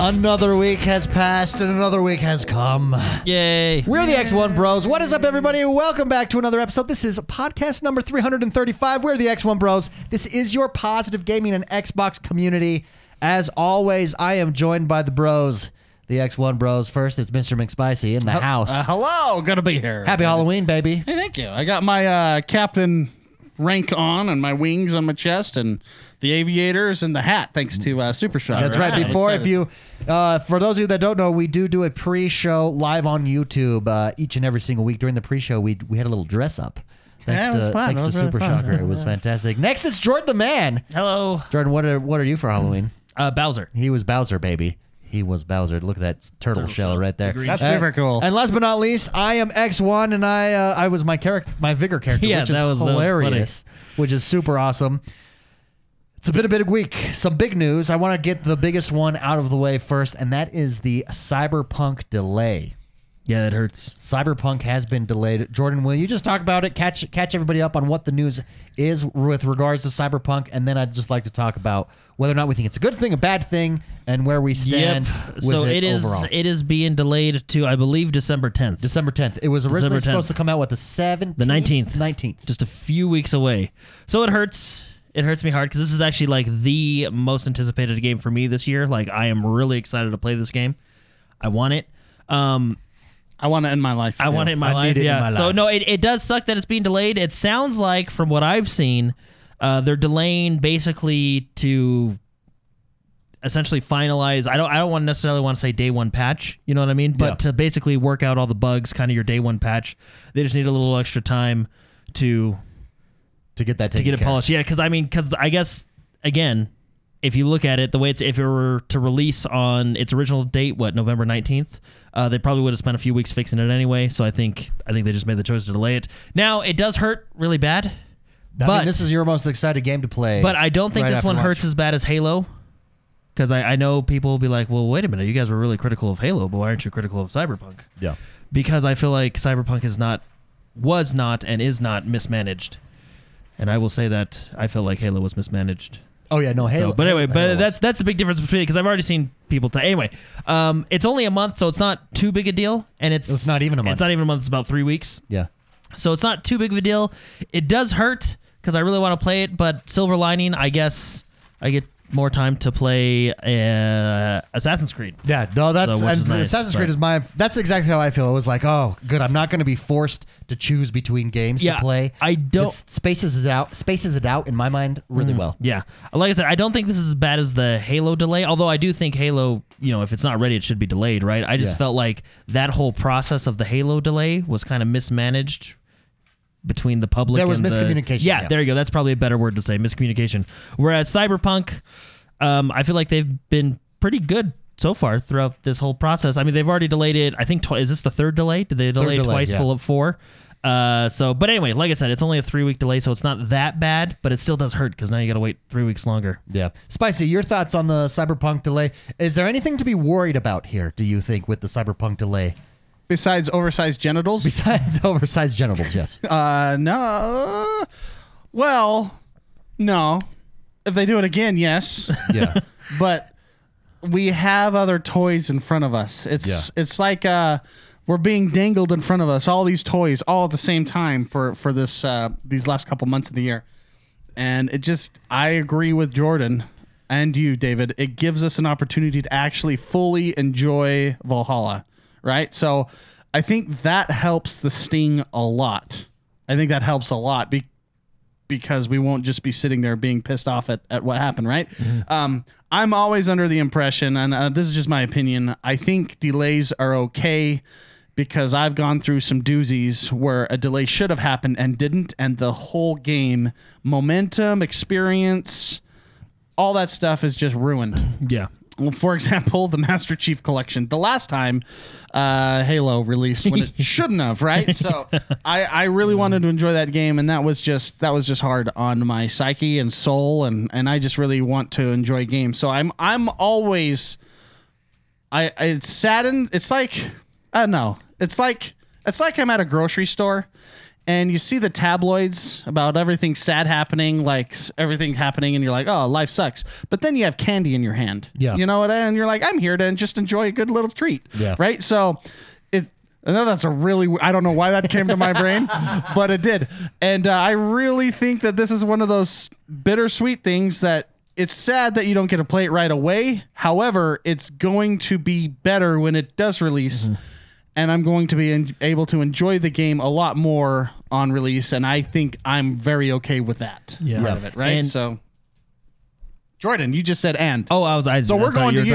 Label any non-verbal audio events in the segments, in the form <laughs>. Another week has passed and another week has come. Yay. We're the X1 Bros. What is up, everybody? Welcome back to another episode. This is podcast number 335. We're the X1 Bros. This is your positive gaming and Xbox community. As always, I am joined by the bros, the X1 Bros. First, it's Mr. McSpicy in the house. Uh, hello, good to be here. Happy Halloween, baby. Hey, thank you. I got my uh, captain rank on and my wings on my chest and the aviators and the hat thanks to uh, Super Shot. That's right. Before, if you, uh, for those of you that don't know, we do do a pre-show live on YouTube uh, each and every single week. During the pre-show, we we had a little dress up. Thanks Yeah, it to, was fun. Thanks It to was really Super fun. Shocker, <laughs> it was fantastic. Next, it's Jordan the Man. Hello, Jordan, what are what are you for Halloween? uh, Bowser. He was Bowser, baby. He was Bowser. Look at that turtle, shell, right there. Uh, green That's shell. super cool. And last but not least, I am X One, and I uh, I was my character, my vigor character, <laughs> Yeah, which that is was- that was funny. hilarious, which is super awesome. It's been a bit of a week. Some big news. I want to get the biggest one out of the way first, and that is the Cyberpunk delay. Yeah, that hurts. Cyberpunk has been delayed. Jordan, will you just talk about it? Catch catch everybody up on what the news is with regards to Cyberpunk, and then I'd just like to talk about whether or not we think it's a good thing, a bad thing, and where we stand yep. with So it, it is overall. it is being delayed to I believe December 10th. Just December 10th. It was originally December 10th. supposed to come out with the 17th, The 19th. 19th. just a few weeks away. So it hurts. It hurts me hard cuz this is actually like the most anticipated game for me this year. Like I am really excited to play this game. I want it. Um I want to end my life. I want it in my I life. need it in yeah. my So life. no, it, it does suck that it's being delayed. It sounds like from what I've seen, uh, they're delaying basically to essentially finalize. I don't I don't want necessarily want to say day one patch. You know what I mean? But to basically work out all the bugs, kind of your day one patch. They just need a little extra time to to get that to get it polished. Yeah, because I mean, because I guess again, if you look at it, the way it's if it were to release on its original date, what November nineteenth, uh, they probably would have spent a few weeks fixing it anyway. So I think I think they just made the choice to delay it. Now it does hurt really bad, I but mean, this is your most excited game to play. but I don't think right this after one launch. hurts as bad as Halo. Because I, I know people will be like, well, wait a minute, you guys were really critical of Halo, but why aren't you critical of Cyberpunk? yeah. Because I feel like Cyberpunk is not, was not, and is not mismanaged. And I will say that I feel like Halo was mismanaged. Oh yeah, no Halo. So, but anyway, Halo but was- that's that's the big difference between because I've already seen people. T- anyway, um, it's only a month, so it's not too big a deal, and it's It's not even a month. It's not even a month. It's about three weeks, yeah. so it's not too big of a deal. It does hurt because I really want to play it, but silver lining, I guess, I get more time to play uh, Assassin's Creed. Yeah, no, that's So, which and is nice, Assassin's but- Creed is my. That's exactly how I feel. It was like, oh, good. I'm not going to be forced to choose between games Yeah, to play. I don't- Hmm. This spaces it out. Spaces it out in my mind really well. Yeah, like I said, I don't think this is as bad as the Halo delay. Although I do think Halo, you know, if it's not ready, it should be delayed, right? I just Yeah. felt like that whole process of the Halo delay was kind of mismanaged between the public. There was and the- miscommunication, yeah, yeah. there you go. That's probably a better word to say, miscommunication. Whereas Cyberpunk, um, I feel like they've been pretty good. So far throughout this whole process, I mean, they've already delayed it. I think twi- is this the third delay? Did they delay delay, twice yeah. below four? Uh, so, but anyway, like I said, it's only a three week delay, so it's not that bad, but it still does hurt because now you got to wait three weeks longer. Yeah, spicy. Your thoughts on the Cyberpunk delay? Is there anything to be worried about here? Do you think with the Cyberpunk delay, <laughs> Besides oversized genitals, besides oversized genitals? <laughs> Yes. uh, no. Well, no. If they do it again, yes. Yeah. but we have other toys in front of us. It's Yeah. it's like uh, we're being dangled in front of us. All these toys, all at the same time for for this uh, these last couple months of the year, and it just I agree with Jordan and you, David. It gives us an opportunity to actually fully enjoy Valhalla, right? So I think that helps the sting a lot. I think that helps a lot be- because we won't just be sitting there being pissed off at, at what happened, right? Um, I'm always under the impression, and uh, this is just my opinion, I think delays are okay because I've gone through some doozies where a delay should have happened and didn't, and the whole game, momentum, experience, all that stuff is just ruined. Yeah. Well, for example, the Master Chief Collection. The last time uh, Halo released when it shouldn't have, right? So I, I really wanted to enjoy that game, and that was just that was just hard on my psyche and soul, and and I just really want to enjoy games. So I'm I'm always I I- it's uh, saddened. It's like I don't know. It's like it's like I'm at a grocery store, and you see the tabloids about everything sad happening, like s- everything happening, and you're like, oh, life sucks. But then you have candy in your hand. Yeah. You know what? And you're like, I'm here to just enjoy a good little treat. Yeah. Right. So it, I know that's a really, I don't know why that came to my <laughs> brain, but it did. And uh, I really think that this is one of those bittersweet things that it's sad that you don't get to play it right away. However, it's going to be better when it does release Mm-hmm. and I'm going to be en- able to enjoy the game a lot more on release, and I think I'm very okay with that Yeah. part of it, right? And- so, Jordan, you just said and. Oh, I was. I, so we're going to you.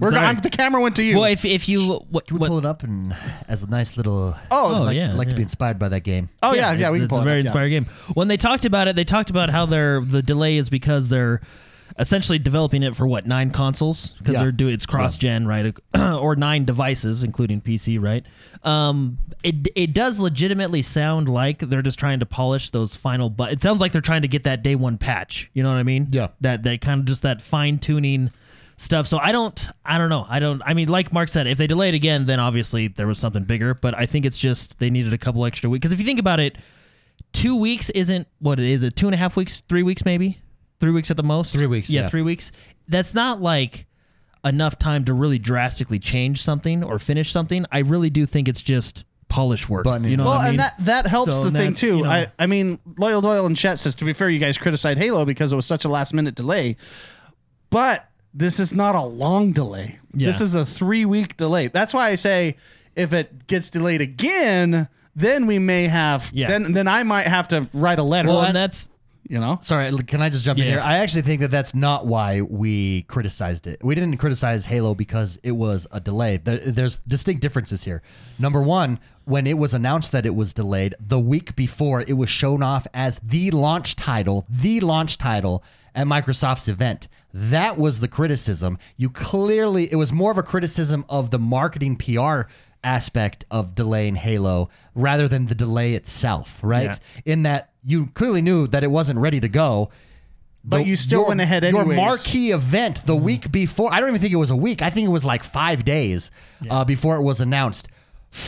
We're going. going. The camera went to you. Well, if if you what, Can we what- pull it up and as a nice little. oh, Oh, like, yeah, like to be yeah. inspired by that game. oh yeah, yeah. we can it's pull a it very up, yeah. inspiring game. When they talked about it, they talked about how their the delay is because they're essentially developing it for what nine consoles because Yeah. they're doing it's cross gen right <clears throat> or nine devices including PC right. Um, it it does legitimately sound like they're just trying to polish those final. But it sounds like they're trying to get that day one patch. You know what I mean? Yeah. That that kind of just that fine tuning stuff. So I don't I don't know. I don't I mean like Mark said, if they delayed again, then obviously there was something bigger, but I think it's just they needed a couple extra weeks. Because if you think about it, two weeks isn't what it is, it two and a half weeks, three weeks maybe? Three weeks at the most. Three weeks, Yeah, yeah. three weeks. That's not like enough time to really drastically change something or finish something. I really do think it's just polish work. Buttoning. You know well, what I mean? and that that helps So the thing that's, too. you know- I I mean, Loyal Doyle in chat says to be fair, you guys criticized Halo because it was such a last minute delay, but this is not a long delay. Yeah. This is a three week delay. That's why I say if it gets delayed again, then we may have Yeah. then then I might have to write a letter. well, and that's you know. Sorry, l- can I just jump in Yeah. here? I actually think that that's not why we criticized it. We didn't criticize Halo because it was a delay. There, there's distinct differences here. Number one, when it was announced that it was delayed, the week before it was shown off as the launch title, the launch title at Microsoft's event. That was the criticism. You clearly, it was more of a criticism of the marketing PR aspect of delaying Halo rather than the delay itself, right? In that you clearly knew that it wasn't ready to go. But you still your- went ahead Your anyways. Mm-hmm. marquee event the week before, I don't even think it was a week. I think it was like five days uh, before it was announced.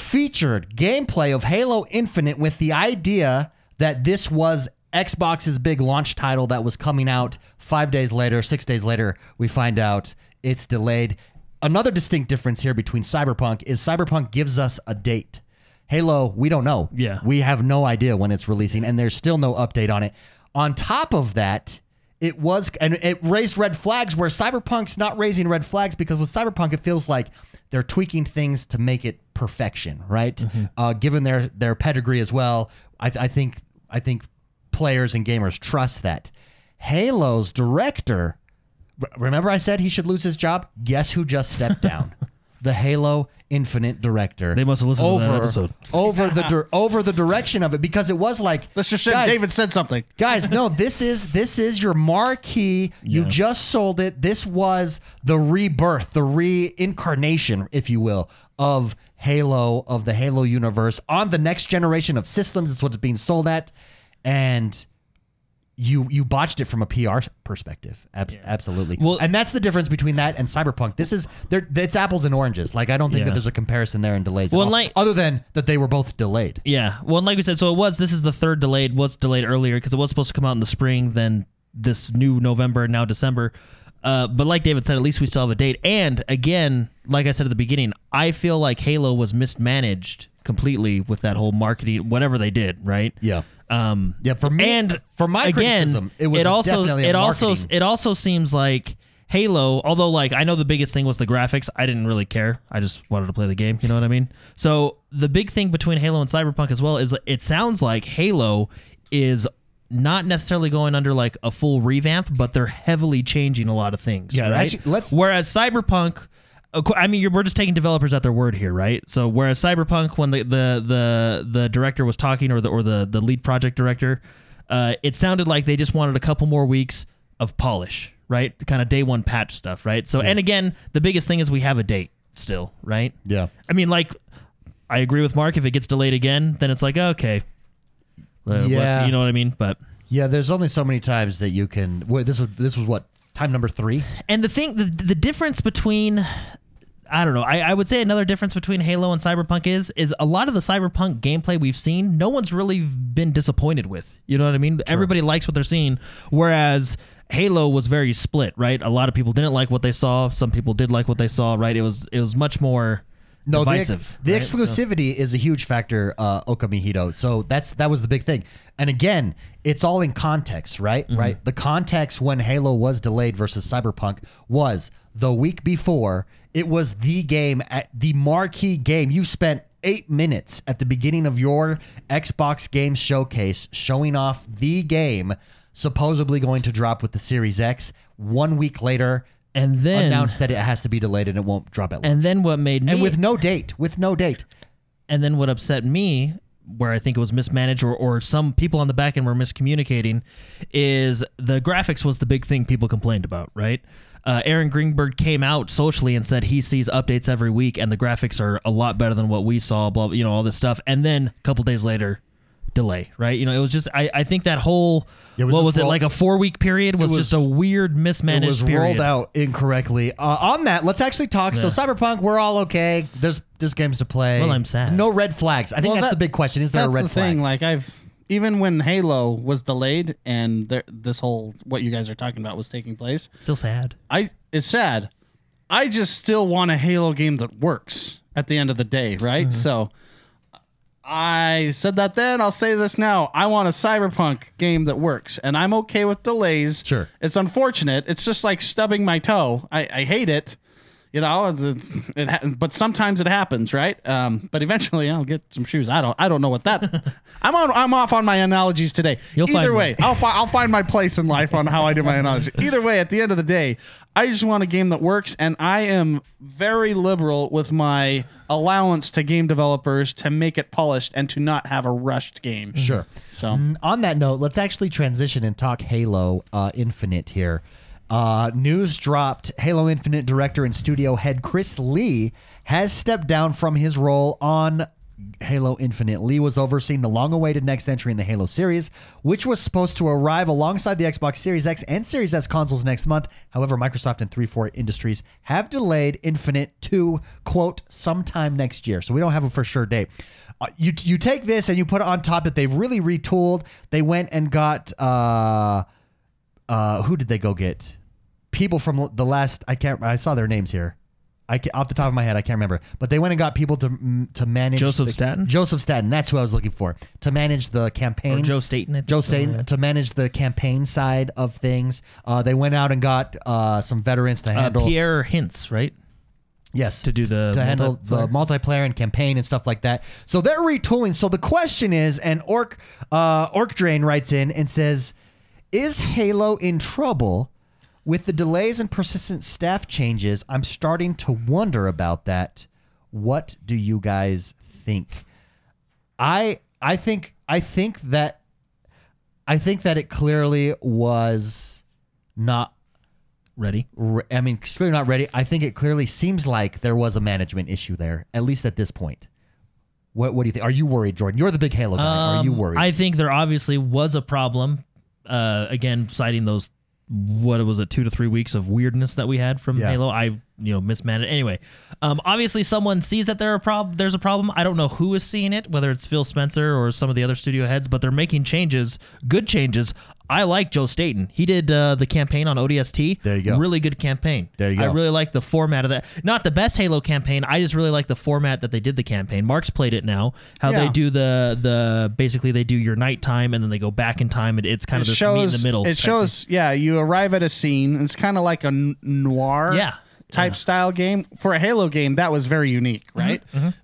Featured gameplay of Halo Infinite with the idea that this was Xbox's big launch title that was coming out five days later, six days later. We find out it's delayed. Another distinct difference here between Cyberpunk is Cyberpunk gives us a date. Halo, we don't know. Yeah. We have no idea when it's releasing, and there's still no update on it. On top of that, it was, and it raised red flags where Cyberpunk's not raising red flags because with Cyberpunk, it feels like they're tweaking things to make it perfection, right? Mm-hmm. Uh, given their their pedigree as well, I, I think I think players and gamers trust that. Halo's director R- Remember, I said he should lose his job. Guess who just stepped <laughs> down? the Halo Infinite director. They must have listened to over, that episode. over the dir- over the direction of it because it was like Let's just say guys, David said something. Guys, no, this is this is your marquee. You just sold it. This was the rebirth, the reincarnation, if you will, of Halo of the Halo universe on the next generation of systems. It's what it's being sold at, and you you botched it from a PR perspective. Ab- Absolutely. Well- and that's the difference between that and Cyberpunk. This is they're, it's apples and oranges. Like I don't think Yeah. that there's a comparison there in delays. at Well, all, like- other than that they were both delayed. Yeah. Well, and like we said, so it was. This is the third delayed. Was delayed earlier because it was supposed to come out in the spring. Then this new November, now December. Uh, but like David said, at least we still have a date. And again, like I said at the beginning, I feel like Halo was mismanaged completely with that whole marketing, whatever they did. Right. Yeah. Um, Yeah, for me, and for my again, criticism, it was also definitely a it also marketing- it also seems like Halo. Although, like I know the biggest thing was the graphics. I didn't really care. I just wanted to play the game. You know what I mean? So the big thing between Halo and Cyberpunk as well is it sounds like Halo is not necessarily going under like a full revamp, but they're heavily changing a lot of things. Yeah, right? actually, let's- Whereas Cyberpunk, of cour- I mean, you're, we're just taking developers at their word here, right? So whereas Cyberpunk, when the the the, the director was talking, or the or the the lead project director, uh, it sounded like they just wanted a couple more weeks of polish, right? The kind of day one patch stuff, right? So and again, the biggest thing is we have a date still, right? Yeah. I mean, like, I agree with Mark. If it gets delayed again, then it's like okay, Uh, what's- Yeah. you know what I mean, but. Yeah, there's only so many times that you can. Wait, this was this was what time number three. And the thing, the, the difference between I don't know. I, I would say another difference between Halo and Cyberpunk is is a lot of the Cyberpunk gameplay we've seen, no one's really been disappointed with. You know what I mean? Everybody likes what they're seeing, whereas Halo was very split, right? A lot of people didn't like what they saw. Some people did like what they saw, right? It was it was much more No, the ex- divisive. The, right? exclusivity is a huge factor, uh, Okamihito. So that's that was the big thing. And again, it's all in context, right? Mm-hmm. Right. The context when Halo was delayed versus Cyberpunk was the week before. It was the game at the marquee game. You spent eight minutes at the beginning of your Xbox game showcase showing off the game supposedly going to drop with the Series X. One week later, and then announced that it has to be delayed and it won't drop at launch. and then what made me and with no date, with no date. And then what upset me, where I think it was mismanaged or, or some people on the back end were miscommunicating, is the graphics was the big thing people complained about, right? Uh, Aaron Greenberg came out socially and said he sees updates every week and the graphics are a lot better than what we saw, blah, you know, all this stuff. And then a couple days later, delay, right? You know, it was just, I, I think that whole, was what just was it, roll- like a four week period was, was- just a weird mismanaged it was period. rolled out incorrectly. Uh, on that, let's actually talk. So Cyberpunk, we're all okay. There's there's games to play. Well, I'm sad. No red flags. I think Well, that's that- the big question. Is there a That's red the flag? thing. Like I've even when Halo was delayed and there, this whole what you guys are talking about was taking place, Still sad. I it's sad. I just still want a Halo game that works at the end of the day, Mm-hmm. right? So I said that then, I'll say this now. I want a Cyberpunk game that works, and I'm okay with delays. Sure. It's unfortunate. It's just like stubbing my toe. I, I hate it. You know, the- it ha- but sometimes it happens, right? Um, but eventually, I'll get some shoes. I don't, I don't know what that. <laughs> I'm on, I'm off on my analogies today. You'll Either find way, one. I'll, fi- I'll find my place in life on how I do my analogy. Either way, at the end of the day, I just want a game that works, and I am very liberal with my allowance to game developers to make it polished and to not have a rushed game. Sure. So Mm, On that note, let's actually transition and talk Halo uh, Infinite here. Uh, news dropped Halo Infinite director and studio head Chris Lee has stepped down from his role on Halo Infinite. Lee was overseeing the long awaited next entry in the Halo series, which was supposed to arrive alongside the Xbox Series X and Series S consoles next month. However, Microsoft and 3-4 Industries have delayed Infinite to, quote, sometime next year. So we don't have a for sure date. Uh, you, you take this and you put it on top that they've really retooled. They went and got, uh, uh, who did they go get? People from l- the last, I can't, I saw their names here. I ca off the top of my head, I can't remember, but they went and got people to mm, to manage Joseph the- Staten? Joseph Staten, that's who I was looking for to manage the campaign. Or Joe Staten. I think. Uh, Joe Staten to manage the campaign side of things. Uh, they went out and got uh, some veterans to Uh, handle. Pierre Hintz, right? yes, To do the to handle the multiplayer and campaign and stuff like that. So they're retooling. So the question is, and Orc uh, Orc Drain writes in and says, "Is Halo in trouble?" With the delays and persistent staff changes, I'm starting to wonder about that. What do you guys think? I I think I think that I think that it clearly was not Ready? Um, worried? I think there obviously was a problem. Uh, again, citing those what was it two to three weeks of weirdness that we had from Yeah. Halo. I you know mismanaged. Anyway, um, obviously someone sees that there are prob- There's a problem. I don't know who is seeing it, whether it's Phil Spencer or some of the other studio heads, but they're making changes, good changes. I like Joe Staten. He did uh, the campaign on ODST. There you go. Really good campaign. There you I go. really like the format of that. Not the best Halo campaign. I just really like the format that they did the campaign. Mark's played it now. How they Yeah. do the the basically they do your nighttime and then they go back in time and it's kind of it this shows. meet in the middle. It type thing. shows. Yeah, you arrive at a scene. It's kind of like a n- noir. Yeah. Type style game for a Halo game that was very unique, right?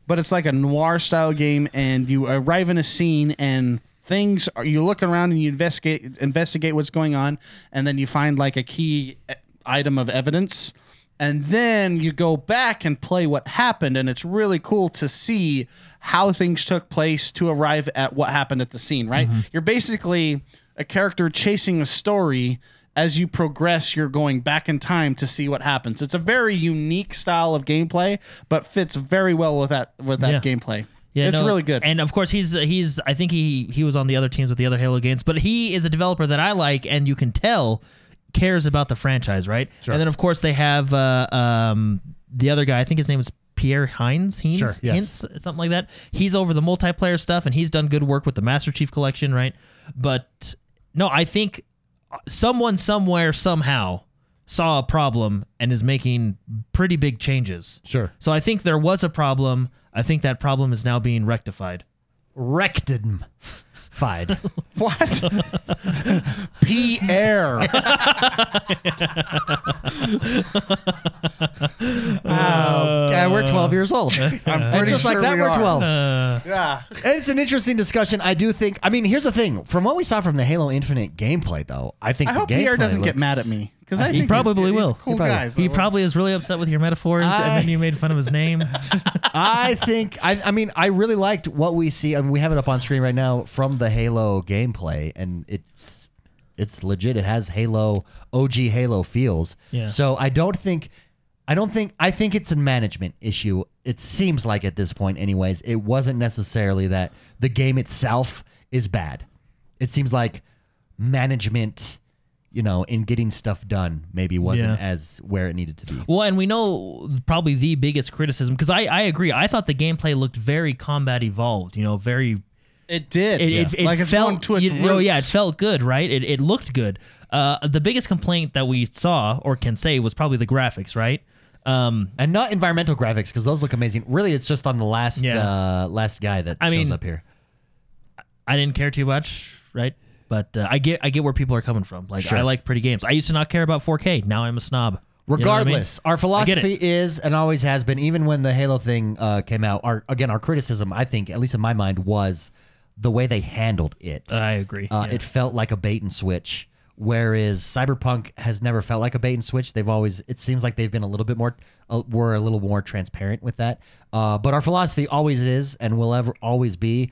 But it's like a noir style game, and you arrive in a scene, and things are you look around and you investigate investigate what's going on, and then you find like a key eh, item of evidence, and then you go back and play what happened, and it's really cool to see how things took place to arrive at what happened at the scene, right? You're basically a character chasing a story as you progress you're going back in time to see what happens it's a very unique style of gameplay but fits very well with that with that Yeah. gameplay Yeah, it's no, really good And of course, he's he's I think he he was on the other teams with the other Halo games, but he is a developer that I like, and you can tell cares about the franchise, right? And then of course they have uh, um, the other guy, I think his name is Pierre Hines, Hines, Sure, yes. Hines, something like that. He's over the multiplayer stuff, and he's done good work with the Master Chief Collection, right? But no, I think someone somewhere somehow saw a problem and is making pretty big changes. Sure. So I think there was a problem. I think that problem is now being rectified. Rectum. <laughs> Fied. <laughs> What? <laughs> Pierre. Oh. <laughs> yeah, we're 12 years old. I'm And pretty just like sure that, we are are. Uh. 12. Yeah. And it's an interesting discussion. I do think. I mean, here's the thing. From what we saw from the Halo Infinite gameplay, though, I think I the hope Pierre gameplay doesn't get looks- mad at me because I He think probably he's, he's will. A cool He probably- guy. so- He probably is really upset with your metaphors, and then you made fun of his <laughs> name. I think. I, I mean, I really liked what we see. I mean, we have it up on screen right now from the Halo gameplay, and it's it's legit. It has Halo OG Halo feels. Yeah. So I don't think. I don't think I think it's a management issue. It seems like at this point anyways, it wasn't necessarily that the game itself is bad. It seems like management, you know, in getting stuff done maybe wasn't Yeah. as where it needed to be. Well, and we know probably the biggest criticism because I, I agree. I thought the gameplay looked very combat evolved. You know, very It did. it, it, it like it's felt going to its you know, yeah, it roots. felt good, right? It, it looked good. Uh, the biggest complaint that we saw or can say was probably the graphics, right? Um, and not environmental graphics because those look amazing. Really, it's just on the last Yeah. uh, last guy that I shows mean- up here. I didn't care too much, right? But uh, I get I get where people are coming from. Like Sure. I like pretty games. I used to not care about 4K. Now I'm a snob. You know what I mean? Regardless, our get it. philosophy is and always has been, even when the Halo thing uh, came out. Our again, our criticism, I think, at least in my mind, was the way they handled it. I agree. Uh, yeah. It felt like a bait and switch. Whereas Cyberpunk has never felt like a bait and switch. They've always, it seems like they've been a little bit more, uh, were a little more transparent with that. Uh, but our philosophy always is and will ever always be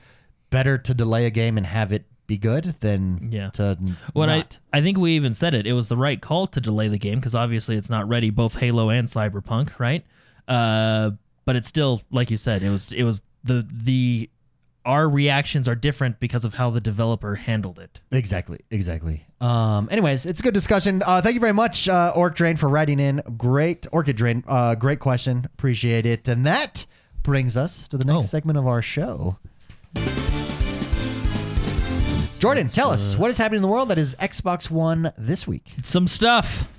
better to delay a game and have it be good than Yeah. to n- When not. I I think we even said it, it was the right call to delay the game because obviously it's not ready, both Halo and Cyberpunk, right? Uh, but it's still like you said, it was it was the the our reactions are different because of how the developer handled it. Exactly, exactly. Um, anyways, it's a good discussion. Uh, thank you very much, uh, Orc Drain, for writing in. Great, Orchid Drain. Uh, great question. Appreciate it. And that brings us to the next Oh. segment of our show. Jordan, tell us uh, what is happening in the world that is Xbox One this week. Some stuff,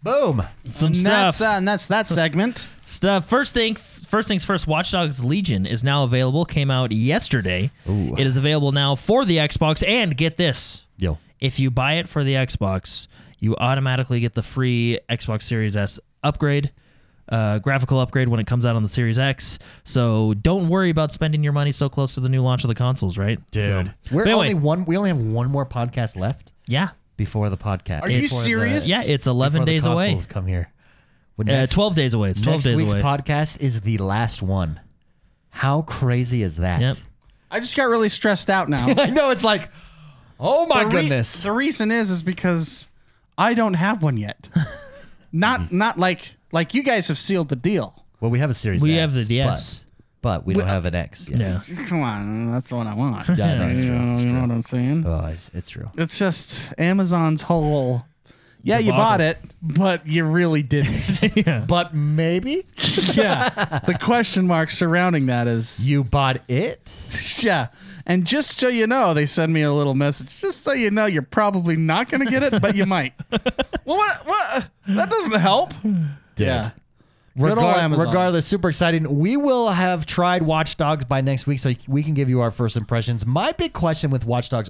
Boom. some and stuff, That's, uh, and that's that segment. stuff. First thing, first things first. Watch Dogs Legion is now available. Came out yesterday. It is available now for the Xbox and get this. Yo. if you buy it for the Xbox, you automatically get the free Xbox Series S upgrade, uh, graphical upgrade when it comes out on the Series X. So don't worry about spending your money so close to the new launch of the consoles, right? Dude, We're only one. We only have one more podcast left yeah, before the podcast. Are you before the- serious? yeah, it's 11 before the days away. consoles Come here. When Uh, next- 12 days away. It's 12 next days week's away. podcast is the last one. How crazy is that? Yep. I just got really stressed <laughs> out now. <laughs> I know it's like, oh my The re- goodness. the reason is is because I don't have <laughs> one yet. not not like like you guys have sealed the deal. well, we have a series. We X, have the DS. but, but we don't have an X. Yet. Yeah. Come on, that's the one I want. <laughs> Yeah, no, it's you, true, know, it's you know true. what I'm saying? Oh, it's, it's true. It's just Amazon's whole. Yeah, you Debacle. bought it, but you <laughs> really didn't. But maybe yeah, the question mark surrounding that <laughs> is you bought it. Yeah. And just so you know, they send me a little message. Just so you know, you're probably not going to get it, but <laughs> you might. well, what? What? That doesn't help. Yeah. Good old Amazon. regardless, super exciting. We will have tried Watch Dogs by next week, so we can give you our first impressions. My big question with Watch Dogs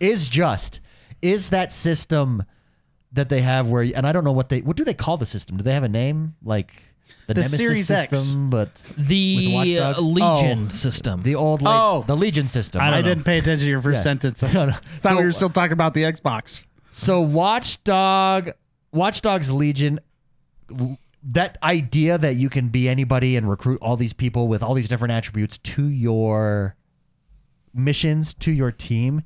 is just: is that system that they have where, and I don't know what they what do they call the system? Do they have a name like the, Nemesis Series X. system? But With Watch The Dogs? uh, Legion Oh. system. the old le- Oh. the Legion system. I, don't know. didn't pay attention to your first Yeah. <laughs> sentence. No, no. Thought we So- were still talking about the Xbox. So Watchdog, Watchdogs Legion, w- that idea that you can be anybody and recruit all these people with all these different attributes to your missions to your team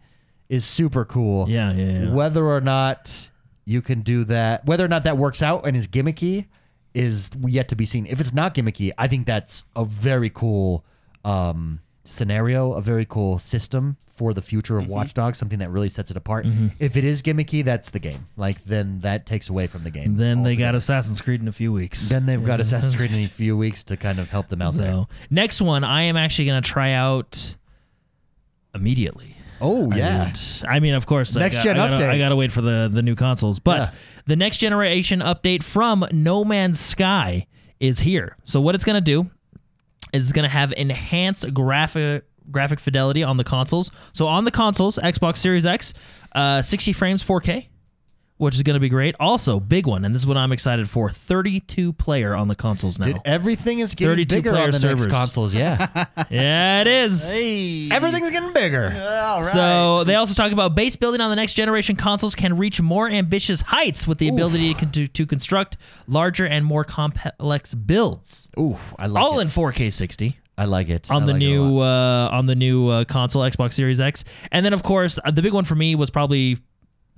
is super cool. Yeah, yeah, yeah. Whether or not you can do that, whether or not that works out and is gimmicky, is yet to be seen. If it's not gimmicky, I think that's a very cool um, scenario, a very cool system for the future Mm-hmm. of Watch Dogs, something that really sets it apart. If it is gimmicky, that's the game. Like then that takes away from the game. Then they altogether. got Assassin's Creed in a few weeks. Then they've got Assassin's Creed in a few weeks to kind of help them out there. <laughs> so next one, I am actually going to try out immediately. Oh yeah, And, I mean, of course, Next I got, gen I gotta, update. I gotta wait for the the new consoles, but Yeah. the next generation update from No Man's Sky is here. So what it's gonna do is it's gonna have enhanced graphic graphic fidelity on the consoles. So on the consoles, Xbox Series X, uh, 60 frames, 4K. Which is going to be great. Also, big one, and this is what I'm excited for: 32 player on the consoles now. Dude, everything is getting 32 bigger on player the servers. next consoles. <laughs> Yeah, yeah, it is. everything's getting bigger. So they also talk about base building on the next generation consoles can reach more ambitious heights with the ability to, con- to construct larger and more complex builds, Ooh, I like all it. in 4K 60 I like it on I the like it a lot. new uh, on the new uh, console Xbox Series X. And then of course uh, the big one for me was probably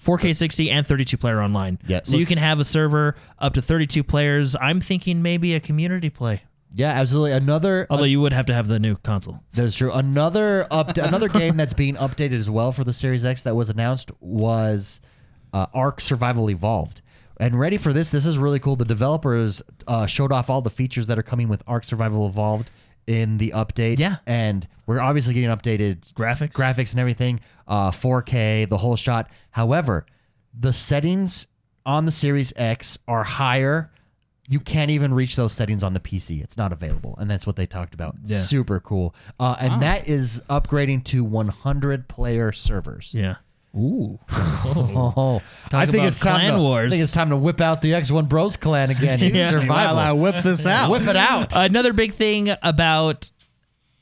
4K 60 and 32 player online. Yeah, so you looks- can have a server up to 32 players. I'm thinking maybe a community play, Yeah, absolutely. Another although you would have to have the new console. That's true. Another up, another game that's being updated as well for the Series X that was announced was uh, Ark Survival Evolved. And ready for this? This is really cool. The developers uh, showed off all the features that are coming with Ark Survival Evolved in the update. Yeah. and we're obviously getting updated Graphics? graphics, and everything. Uh, 4K, the whole shot. However, the settings on the Series X are higher. You can't even reach those settings on the PC. It's not available, and that's what they talked about. Super cool. Uh, Ah. and that is upgrading to 100 player servers. Yeah. Ooh. <laughs> Oh, I think about it's time clan to, wars. I think it's time to whip out the X1 Bros <laughs> clan again. Yeah. While I Survival. whip <laughs> this out. Whip it out. Another big thing about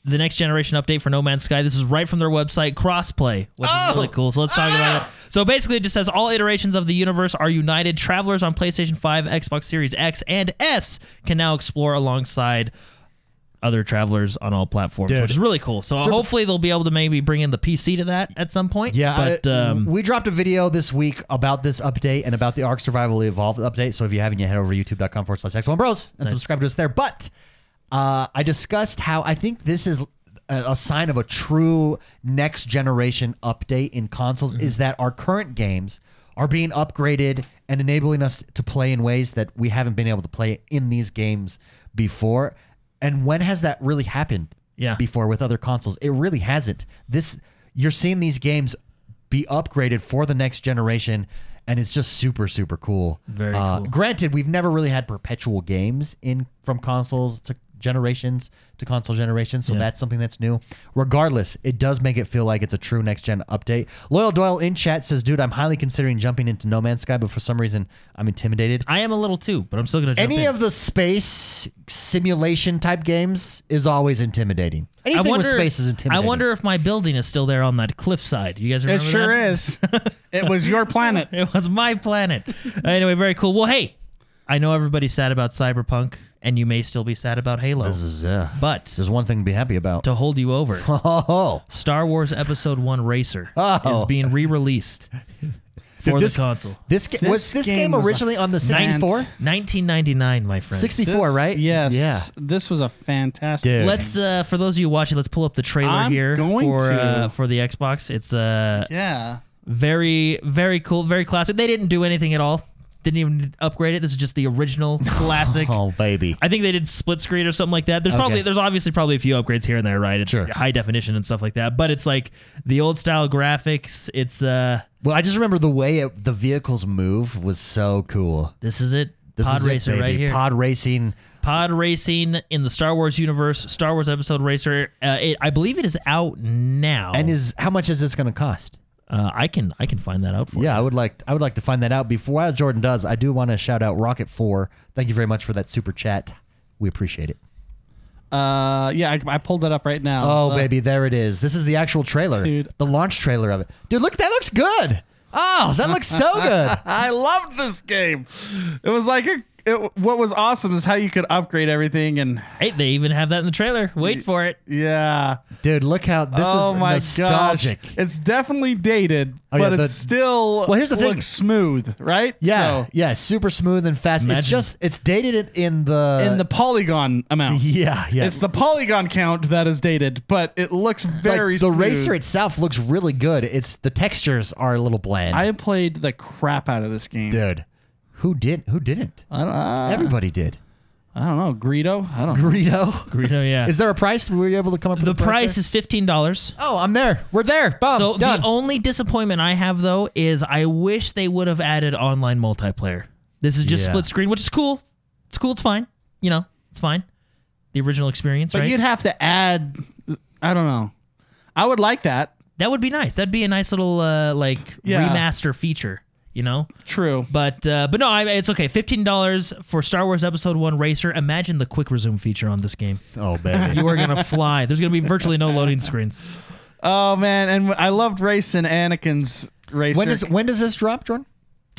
the next generation update for No Man's Sky. This is right from their website, crossplay, which is Oh. really cool. So let's talk about Ah. it. So basically, it just says all iterations of the universe are united. Travelers on PlayStation 5, Xbox Series X, and S can now explore alongside other travelers on all platforms, Dude. which is really cool. So hopefully, they'll be able to maybe bring in the PC to that at some point. Yeah, but I- um, we dropped a video this week about this update and about the Ark Survival Evolved update. So if you haven't yet, head over to youtube.com forward slash X1 Bros and subscribe to us there. But uh, I discussed how I think this is a, a sign of a true next generation update in consoles is that our current games are being upgraded and enabling us to play in ways that we haven't been able to play in these games before. And when has that really happened? Yeah. before with other consoles. It really hasn't. This you're seeing these games be upgraded for the next generation, and it's just super super cool. Very cool. Uh, Granted, we've never really had perpetual games in from consoles to generations to console generations, so that's something that's new. Regardless, it does make it feel like it's a true next gen update. Loyal Doyle in chat says, "Dude, I'm highly considering jumping into No Man's Sky, but for some reason, I'm intimidated." I am a little too, but I'm still going to jump Any in. of the space simulation type games is always intimidating. I Anything wonder, with space is I intimidating. wonder if my building is still there on that cliffside. You guys It remember sure that? is. it was your planet. <laughs> It was my planet. anyway, very cool. Well, hey, I know everybody's sad about Cyberpunk, and you may still be sad about Halo, This is, uh, but there's one thing to be happy about. to hold you over, <laughs> Oh, Star Wars Episode One Racer Oh. is <laughs> being re-released for Dude, the this- console. this, ga- This was this game game, was a originally on the fan- 64? 1999, my friend. 64, This- right? Yes. Yeah. This was a fantastic. Dude. Let's uh, for those of you watching, let's pull up the trailer I'm here going for to. Uh, for the Xbox. It's uh, Yeah. very very cool, very classic. They didn't do anything at all. Didn't even upgrade it. This is just <laughs> the original classic. Oh, baby. I think they did split screen or something like that. There's probably there's obviously probably a few upgrades here and there, right? It's Sure. high definition and stuff like that. But it's like the old style graphics. It's uh Well, I just remember the way it, the vehicles move was so cool. this is it. This Pod is it, racer baby. right here. Pod-, Pod racing. racing in the Star Wars universe. Star Wars episode racer. Uh, it, I believe it is out now. And is how much is this going to cost? uh, I can I can find that out for you. Yeah, I would like I would like to find that out. Before while Jordan does, I do want to shout out Rocket Four. Thank you very much for that super chat. We appreciate it. Uh, yeah, I, I pulled it up right now. Oh, Uh, baby, there it is. This is the actual trailer, Dude. the launch trailer of it. Dude, look, that <laughs> looks good. Oh, that looks so good. I loved this game. It was like a it, what was awesome is how you could upgrade everything and Hey, they even have that in the trailer. Wait for it. yeah. Dude, look how this oh is my nostalgic. gosh, it's definitely dated, Oh, yeah, but the- it's still Well, here's the looks thing. smooth, right? Yeah, So, yeah, super smooth and fast. It's Imagine. just it's dated in, in the in the polygon <laughs> amount. yeah yeah. It's the polygon count that is dated, but it looks Like, very the smooth. racer itself looks really good. It's the textures are a little bland. I played the crap out of this game. dude, who did who didn't? Uh, I don't, I, Everybody did. I don't know, Greedo. I don't. Greedo. You know, yeah. Is there a price? Were you able to come up with the a price? price is fifteen dollars. there? oh, I'm there. We're there. Boom. So Oh, done. the only disappointment I have though is I wish they would have added online multiplayer. This is just Yeah. split screen, which is cool. It's cool. It's fine. You know, it's fine. The original experience, but right? you'd have to add. I don't know. I would like that. that would be nice. That'd be a nice little uh, like Yeah. remaster feature. You know. True. But uh, but no, I, it's okay. Fifteen dollars for Star Wars Episode One Racer. Imagine the quick resume feature on this game. oh <laughs> baby. You are gonna fly. There's gonna be virtually no loading screens. Oh man, and I loved racing Anakin's racer. when does when does this drop, Jordan?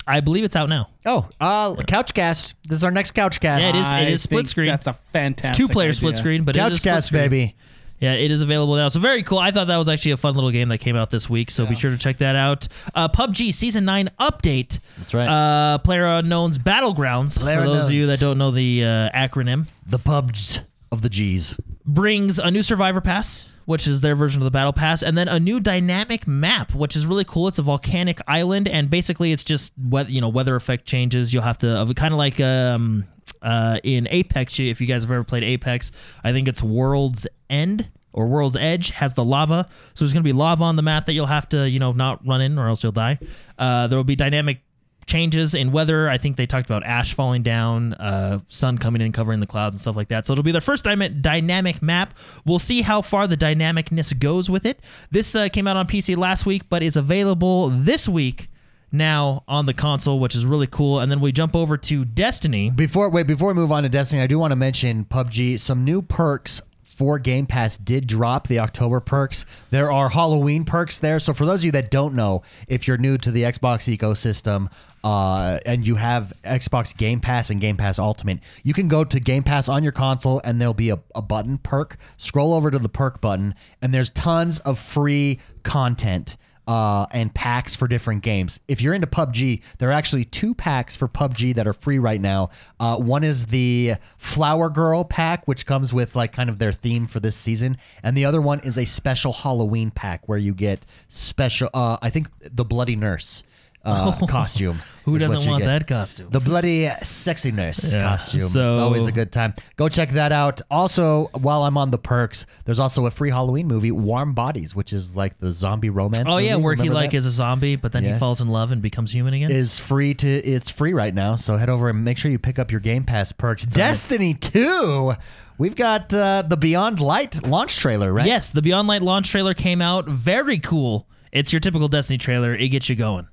I believe it's out now. Oh, uh, Couchcast. This is our next Couchcast. Yeah, it is- I split think screen. That's a fantastic Two player idea. split screen, but it is split Couchcast, screen. baby. Yeah, it is available now. So very cool. I thought that was actually a fun little game that came out this week. So be sure to check that out. Uh, PUBG Season Nine update. That's right. Uh, Player Unknown's Battlegrounds. for those of you PlayerUnknown's. that don't know the uh, acronym, The pubs of the G's. brings a new Survivor Pass. Which is their version of the battle pass, and then a new dynamic map, which is really cool. It's a volcanic island, and basically it's just weather, you know, weather effect changes. You'll have to kind of like um, uh, in Apex. you- If you guys have ever played Apex, I think it's World's End or World's Edge has the lava, so there's gonna be lava on the map that you'll have to you know not run in or else you'll die. Uh, there will be dynamic changes in weather. I think they talked about ash falling down, uh, sun coming in, covering the clouds, and stuff like that. So it'll be their first dyma- dynamic map. We'll see how far the dynamicness goes with it. This uh, came out on PC last week, but is available this week now on the console, which is really cool. And then we jump over to Destiny. Before wait, before we move on to Destiny, I do want to mention PUBG. Some new perks for Game Pass did drop the October perks. There are Halloween perks there. So for those of you that don't know, if you're new to the Xbox ecosystem uh, and you have Xbox Game Pass and Game Pass Ultimate, you can go to Game Pass on your console and there'll be a, a button perk. Scroll over to the perk button, and there's tons of free content uh, and packs for different games. If you're into PUBG, there are actually two packs for PUBG that are free right now. Uh, one is the Flower Girl pack, which comes with like kind of their theme for this season, and the other one is a special Halloween pack where you get special. Uh, I think the Bloody Nurse <laughs> uh, costume. Oh. Who is what doesn't you want get. that costume? The bloody sexy nurse Yeah, costume. it's so- always a good time. Go check that out. Also, while I'm on the perks, there's also a free Halloween movie, Warm Bodies, which is like the zombie romance. oh yeah, movie. where he Remember like that? is a zombie, but then Yes. he falls in love and becomes human again. is free to it's free right now. So head over and make sure you pick up your Game Pass perks. Destiny Two. We've got uh, the Beyond Light launch trailer, right? Yes, the Beyond Light launch trailer came out. Very cool. It's your typical Destiny trailer. It gets you going.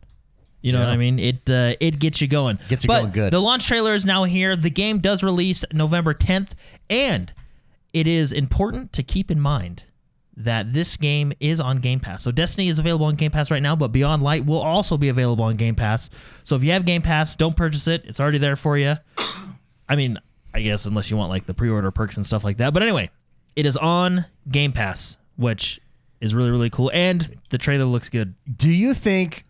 You know what I mean? It uh, it gets you going. Gets you But going good. The launch trailer is now here. The game does release November 10th, and it is important to keep in mind that this game is on Game Pass. So Destiny is available on Game Pass right now, but Beyond Light will also be available on Game Pass. So if you have Game Pass, don't purchase it. It's already there for you. <coughs> I mean, I guess unless you want like the pre-order perks and stuff like that. But anyway, it is on Game Pass, which is really really cool, and the trailer looks good. Do you think?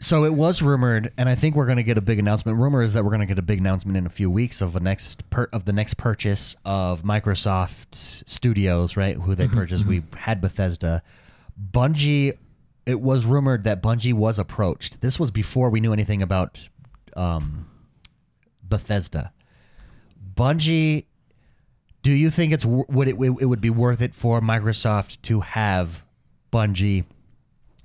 So it was rumored, and I think we're going to get a big announcement. Rumor is that we're going to get a big announcement in a few weeks of the next per, of the next purchase of Microsoft Studios, right? Who they purchased? we had Bethesda, Bungie. It was rumored that Bungie was approached. This was before we knew anything about um, Bethesda. Bungie, do you think it's wor- would it it would be worth it for Microsoft to have Bungie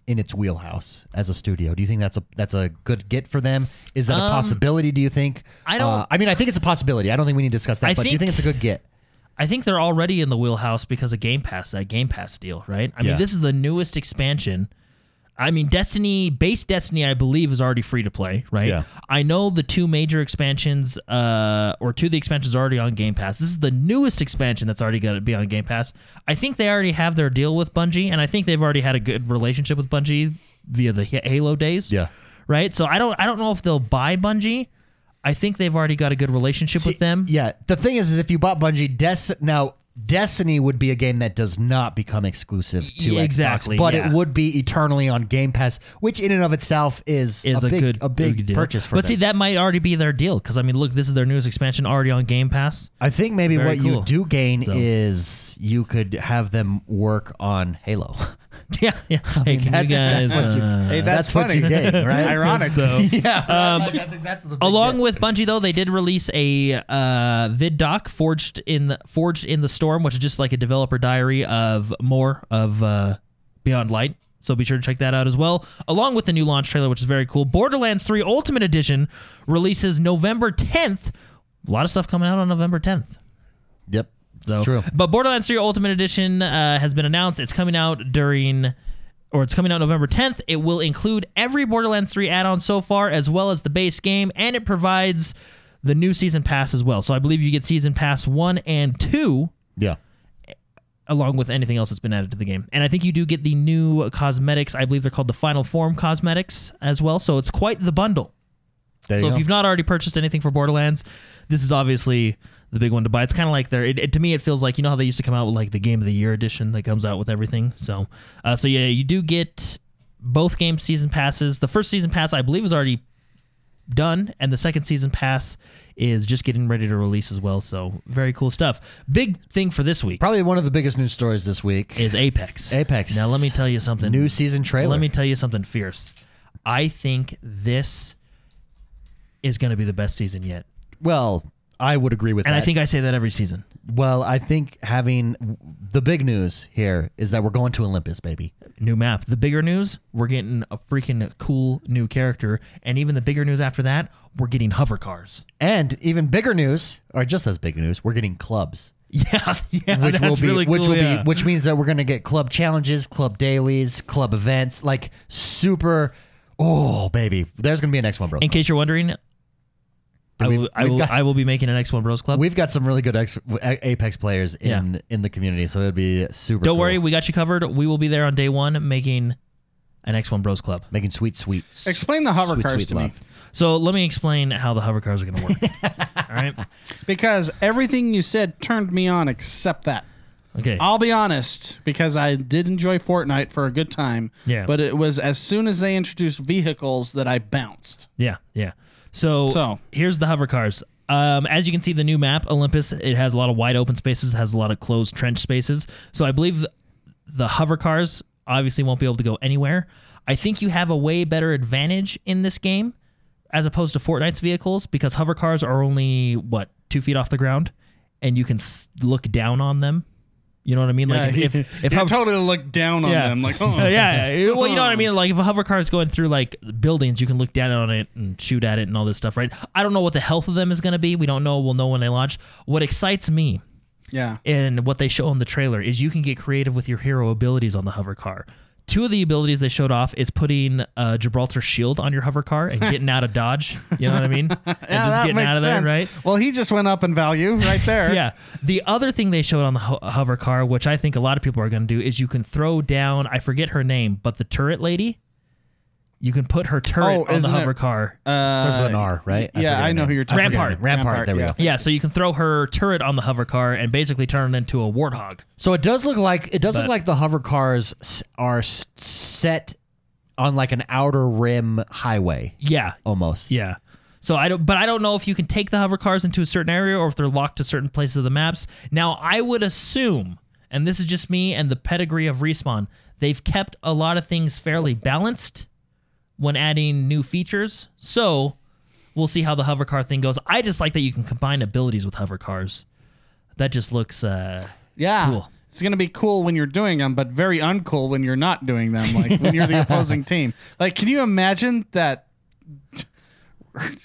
in its wheelhouse as a studio? Do you think that's a that's a good get for them? Is that a possibility? Do you think? Um, I don't- Uh, I mean, I think it's a possibility. I don't think we need to discuss that. I but do you think think- it's a good get? I think they're already in the wheelhouse because of Game Pass, that Game Pass deal, right? I Yeah. mean, this is the newest expansion. I mean, Destiny, base Destiny, I believe, is already free to play, right? Yeah. I know the two major expansions, uh, or two of the expansions are already on Game Pass. This is the newest expansion that's already going to be on Game Pass. I think they already have their deal with Bungie, and I think they've already had a good relationship with Bungie via the Ha- Halo days. Yeah. Right? So I don't I don't know if they'll buy Bungie. I think they've already got a good relationship with them. Yeah. The thing is, is if you bought Bungie, Des- now Destiny would be a game that does not become exclusive to Y- Xbox, exactly, but yeah. it would be eternally on Game Pass, which in and of itself is, Is a, a, big, good a big deal. purchase for But them. see, that might already be their deal because I mean, look, this is their newest expansion already on <laughs> Game Pass. I think maybe Very what cool. you do gain So- is you could have them work on <laughs> Halo. yeah, yeah. Hey, can you guys? uh, Hey, that's, what funny. you <laughs> did, right? <laughs> Ironic. So- <laughs> yeah. I think that's the big Um, Along with Bungie, though, they did release a uh, vid doc forged in the forged in the storm, which is just like a developer diary of more of uh, Beyond Light. So be sure to check that out as well. Along with the new launch trailer, which is very cool. Borderlands 3 Ultimate Edition releases November 10th. A lot of stuff coming out on November 10th. yep. It's So- true. But Borderlands 3 Ultimate Edition uh, has been announced. It's coming out during, or it's coming out November 10th. It will include every Borderlands 3 add on so far, as well as the base game, and it provides the new season pass as well. So I believe you get season pass one and two, Yeah. along with anything else that's been added to the game. And I think you do get the new cosmetics. I believe they're called the Final Form cosmetics as well. So it's quite the bundle. There So you if go. you've not already purchased anything for Borderlands, this is obviously the big one to buy. It's kind of like their. It, it- to me, it feels like you know how they used to come out with like the Game of the Year edition that comes out with everything. So, uh, so yeah, you do get both game season passes. The first season pass, I believe, is already done, and the second season pass is just getting ready to release as well. So very cool stuff. Big thing for this week Probably one of the biggest news stories this week. is Apex. Apex. Now let me tell you something. New season trailer. Let me tell you something fierce. I think this is going to be the best season yet. well, I would agree with And that. I think I say that every season. Well, I think having the big news here is that we're going to Olympus, baby. New map. The bigger news, we're getting a freaking cool new character. And even the bigger news after that, we're getting hover cars. <laughs> And even bigger news, or just as big news, we're getting clubs, Yeah. Yeah. which will <laughs> that's be really which cool, will yeah. be which means that we're going to get club challenges, club dailies, club events, like super Oh, baby. There's going to be an next one, bro. In case you're wondering, I We've- will, I, we've will, got- I will be making an X1 Bros Club. We've got some really good ex- A- Apex players in in the community, so it'd be super Don't cool. worry, we got you covered. We will be there on day one making an X1 Bros Club. Making sweet sweet. Explain the hover Sweet, cars sweet to me. love. So let me explain how the hover cars are going to <laughs> work. All right. Because everything you said turned me on except that. Okay. I'll be honest, because I did enjoy Fortnite for a good time. Yeah. But it was as soon as they introduced vehicles that I bounced. Yeah, yeah. So, So- here's the hover cars. Um, as you can see, the new map Olympus it has a lot of wide open spaces, has a lot of closed trench spaces. So I believe th- the hover cars obviously won't be able to go anywhere. I think you have a way better advantage in this game as opposed to Fortnite's vehicles because hover cars are only what two feet off the ground, and you can s- look down on them. You know what I mean? Like if, if, if I hover- totally looked down on <laughs> them, like, oh yeah, yeah, Uh, <laughs> yeah. Well, you know what I mean. Like if a hover car's going through like buildings, you can look down on it and shoot at it and all this stuff, right? I don't know what the health of them is going to be. We don't know. We'll know when they launch. What excites me yeah. in what they show in the trailer is you can get creative with your hero abilities on the hover car. Two of the abilities they showed off is putting uh, Gibraltar shield on your hover car <laughs> and getting out of dodge. You know what I mean? And Yeah, just that getting makes out of sense. there, right? Well, he just went up in value right <laughs> there. Yeah. The other thing they showed on the ho- hover car, which I think a lot of people are going to do, is you can throw down. I forget her name, but the turret lady. You can put her turret Oh, on the isn't it- hover car. Uh, Starts with an R, right? I yeah, forget I, her know name. who you're talking Rampart. about. Rampart, there we go. yeah, so you can throw her turret on the hover car and basically turn it into a warthog. So it does look like it does But- look like the hover cars s- are s- set on like an outer rim highway Yeah, almost. yeah. So I don't, but I don't know if you can take the hover cars into a certain area or if they're locked to certain places of the maps. Now I would assume, and this is just me and the pedigree of respawn, they've kept a lot of things fairly balanced. when adding new features. So we'll see how the hover car thing goes. I just like that you can combine abilities with hover cars. That just looks uh Yeah. Cool. It's going to be cool when you're doing them, but very uncool when you're not doing them, like <laughs> when you're the opposing team. Like, can you imagine that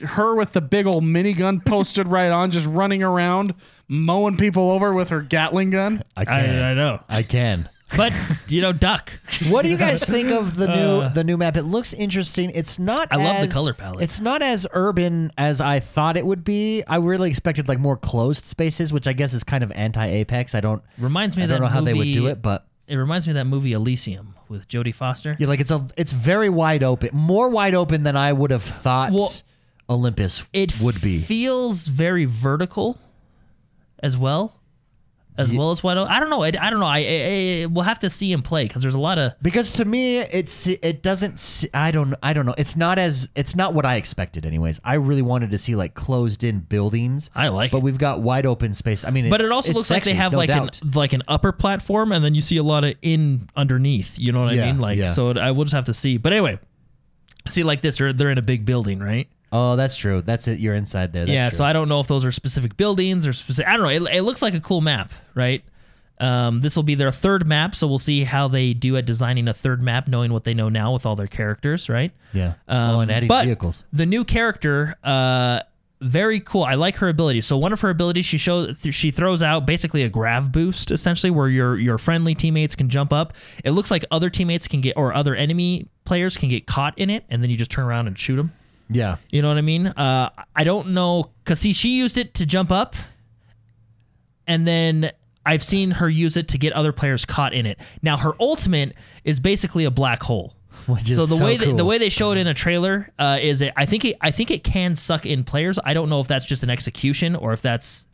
her with the big old minigun posted right on, just running around, mowing people over with her Gatling gun? I can. I, know. can. But you know, duck. What do you <laughs> guys think of the new the new map? It looks interesting. It's not. Uh, I love the as- color palette. It's not as urban as I thought it would be. I really expected like more closed spaces, which I guess is kind of anti Apex. I don't. Reminds I me of that don't know how they would movie- do it, but It reminds me of that movie Elysium with Jodie Foster. yeah, like it's a it's very wide open, more wide open than I would have thought. Well, Olympus It would be. feels very vertical, as well, as well as what I don't know. I, I don't know. I, I, I- we'll have to see him play because there's a lot of because to me it's it doesn't s- I don't I don't know it's not as it's not what I expected anyways I really wanted to see like closed in buildings I like but it. we've got wide open space I mean it's, But it also it's looks like sexy, they have no like doubt. an like an upper platform, and then you see a lot of in underneath. You know what I Yeah, mean? Like yeah. so, it, I will just have to see. But anyway, see like this, or they're in a big building, right? oh that's true that's it you're inside there that's yeah. true. So I don't know if those are specific buildings or specific. I don't know. It, it looks like a cool map, right? Um, this will be their third map, so we'll see how they do at designing a third map, knowing what they know now with all their characters, right? yeah Um, oh and adding but vehicles The new character, uh, very cool. I like her ability. So one of her abilities, she shows th- she throws out basically a grav boost, essentially, where your your friendly teammates can jump up. It looks like other teammates can get or other enemy players can get caught in it, and then you just turn around and shoot them. yeah You know what I mean? Uh, I don't know because see, she used it to jump up, and then I've seen her use it to get other players caught in it. Now her ultimate is basically a black hole. Which is so the so way they, the cool. way they show it in a trailer uh, is it, I think it I think it can suck in players. I don't know if that's just an execution or if that's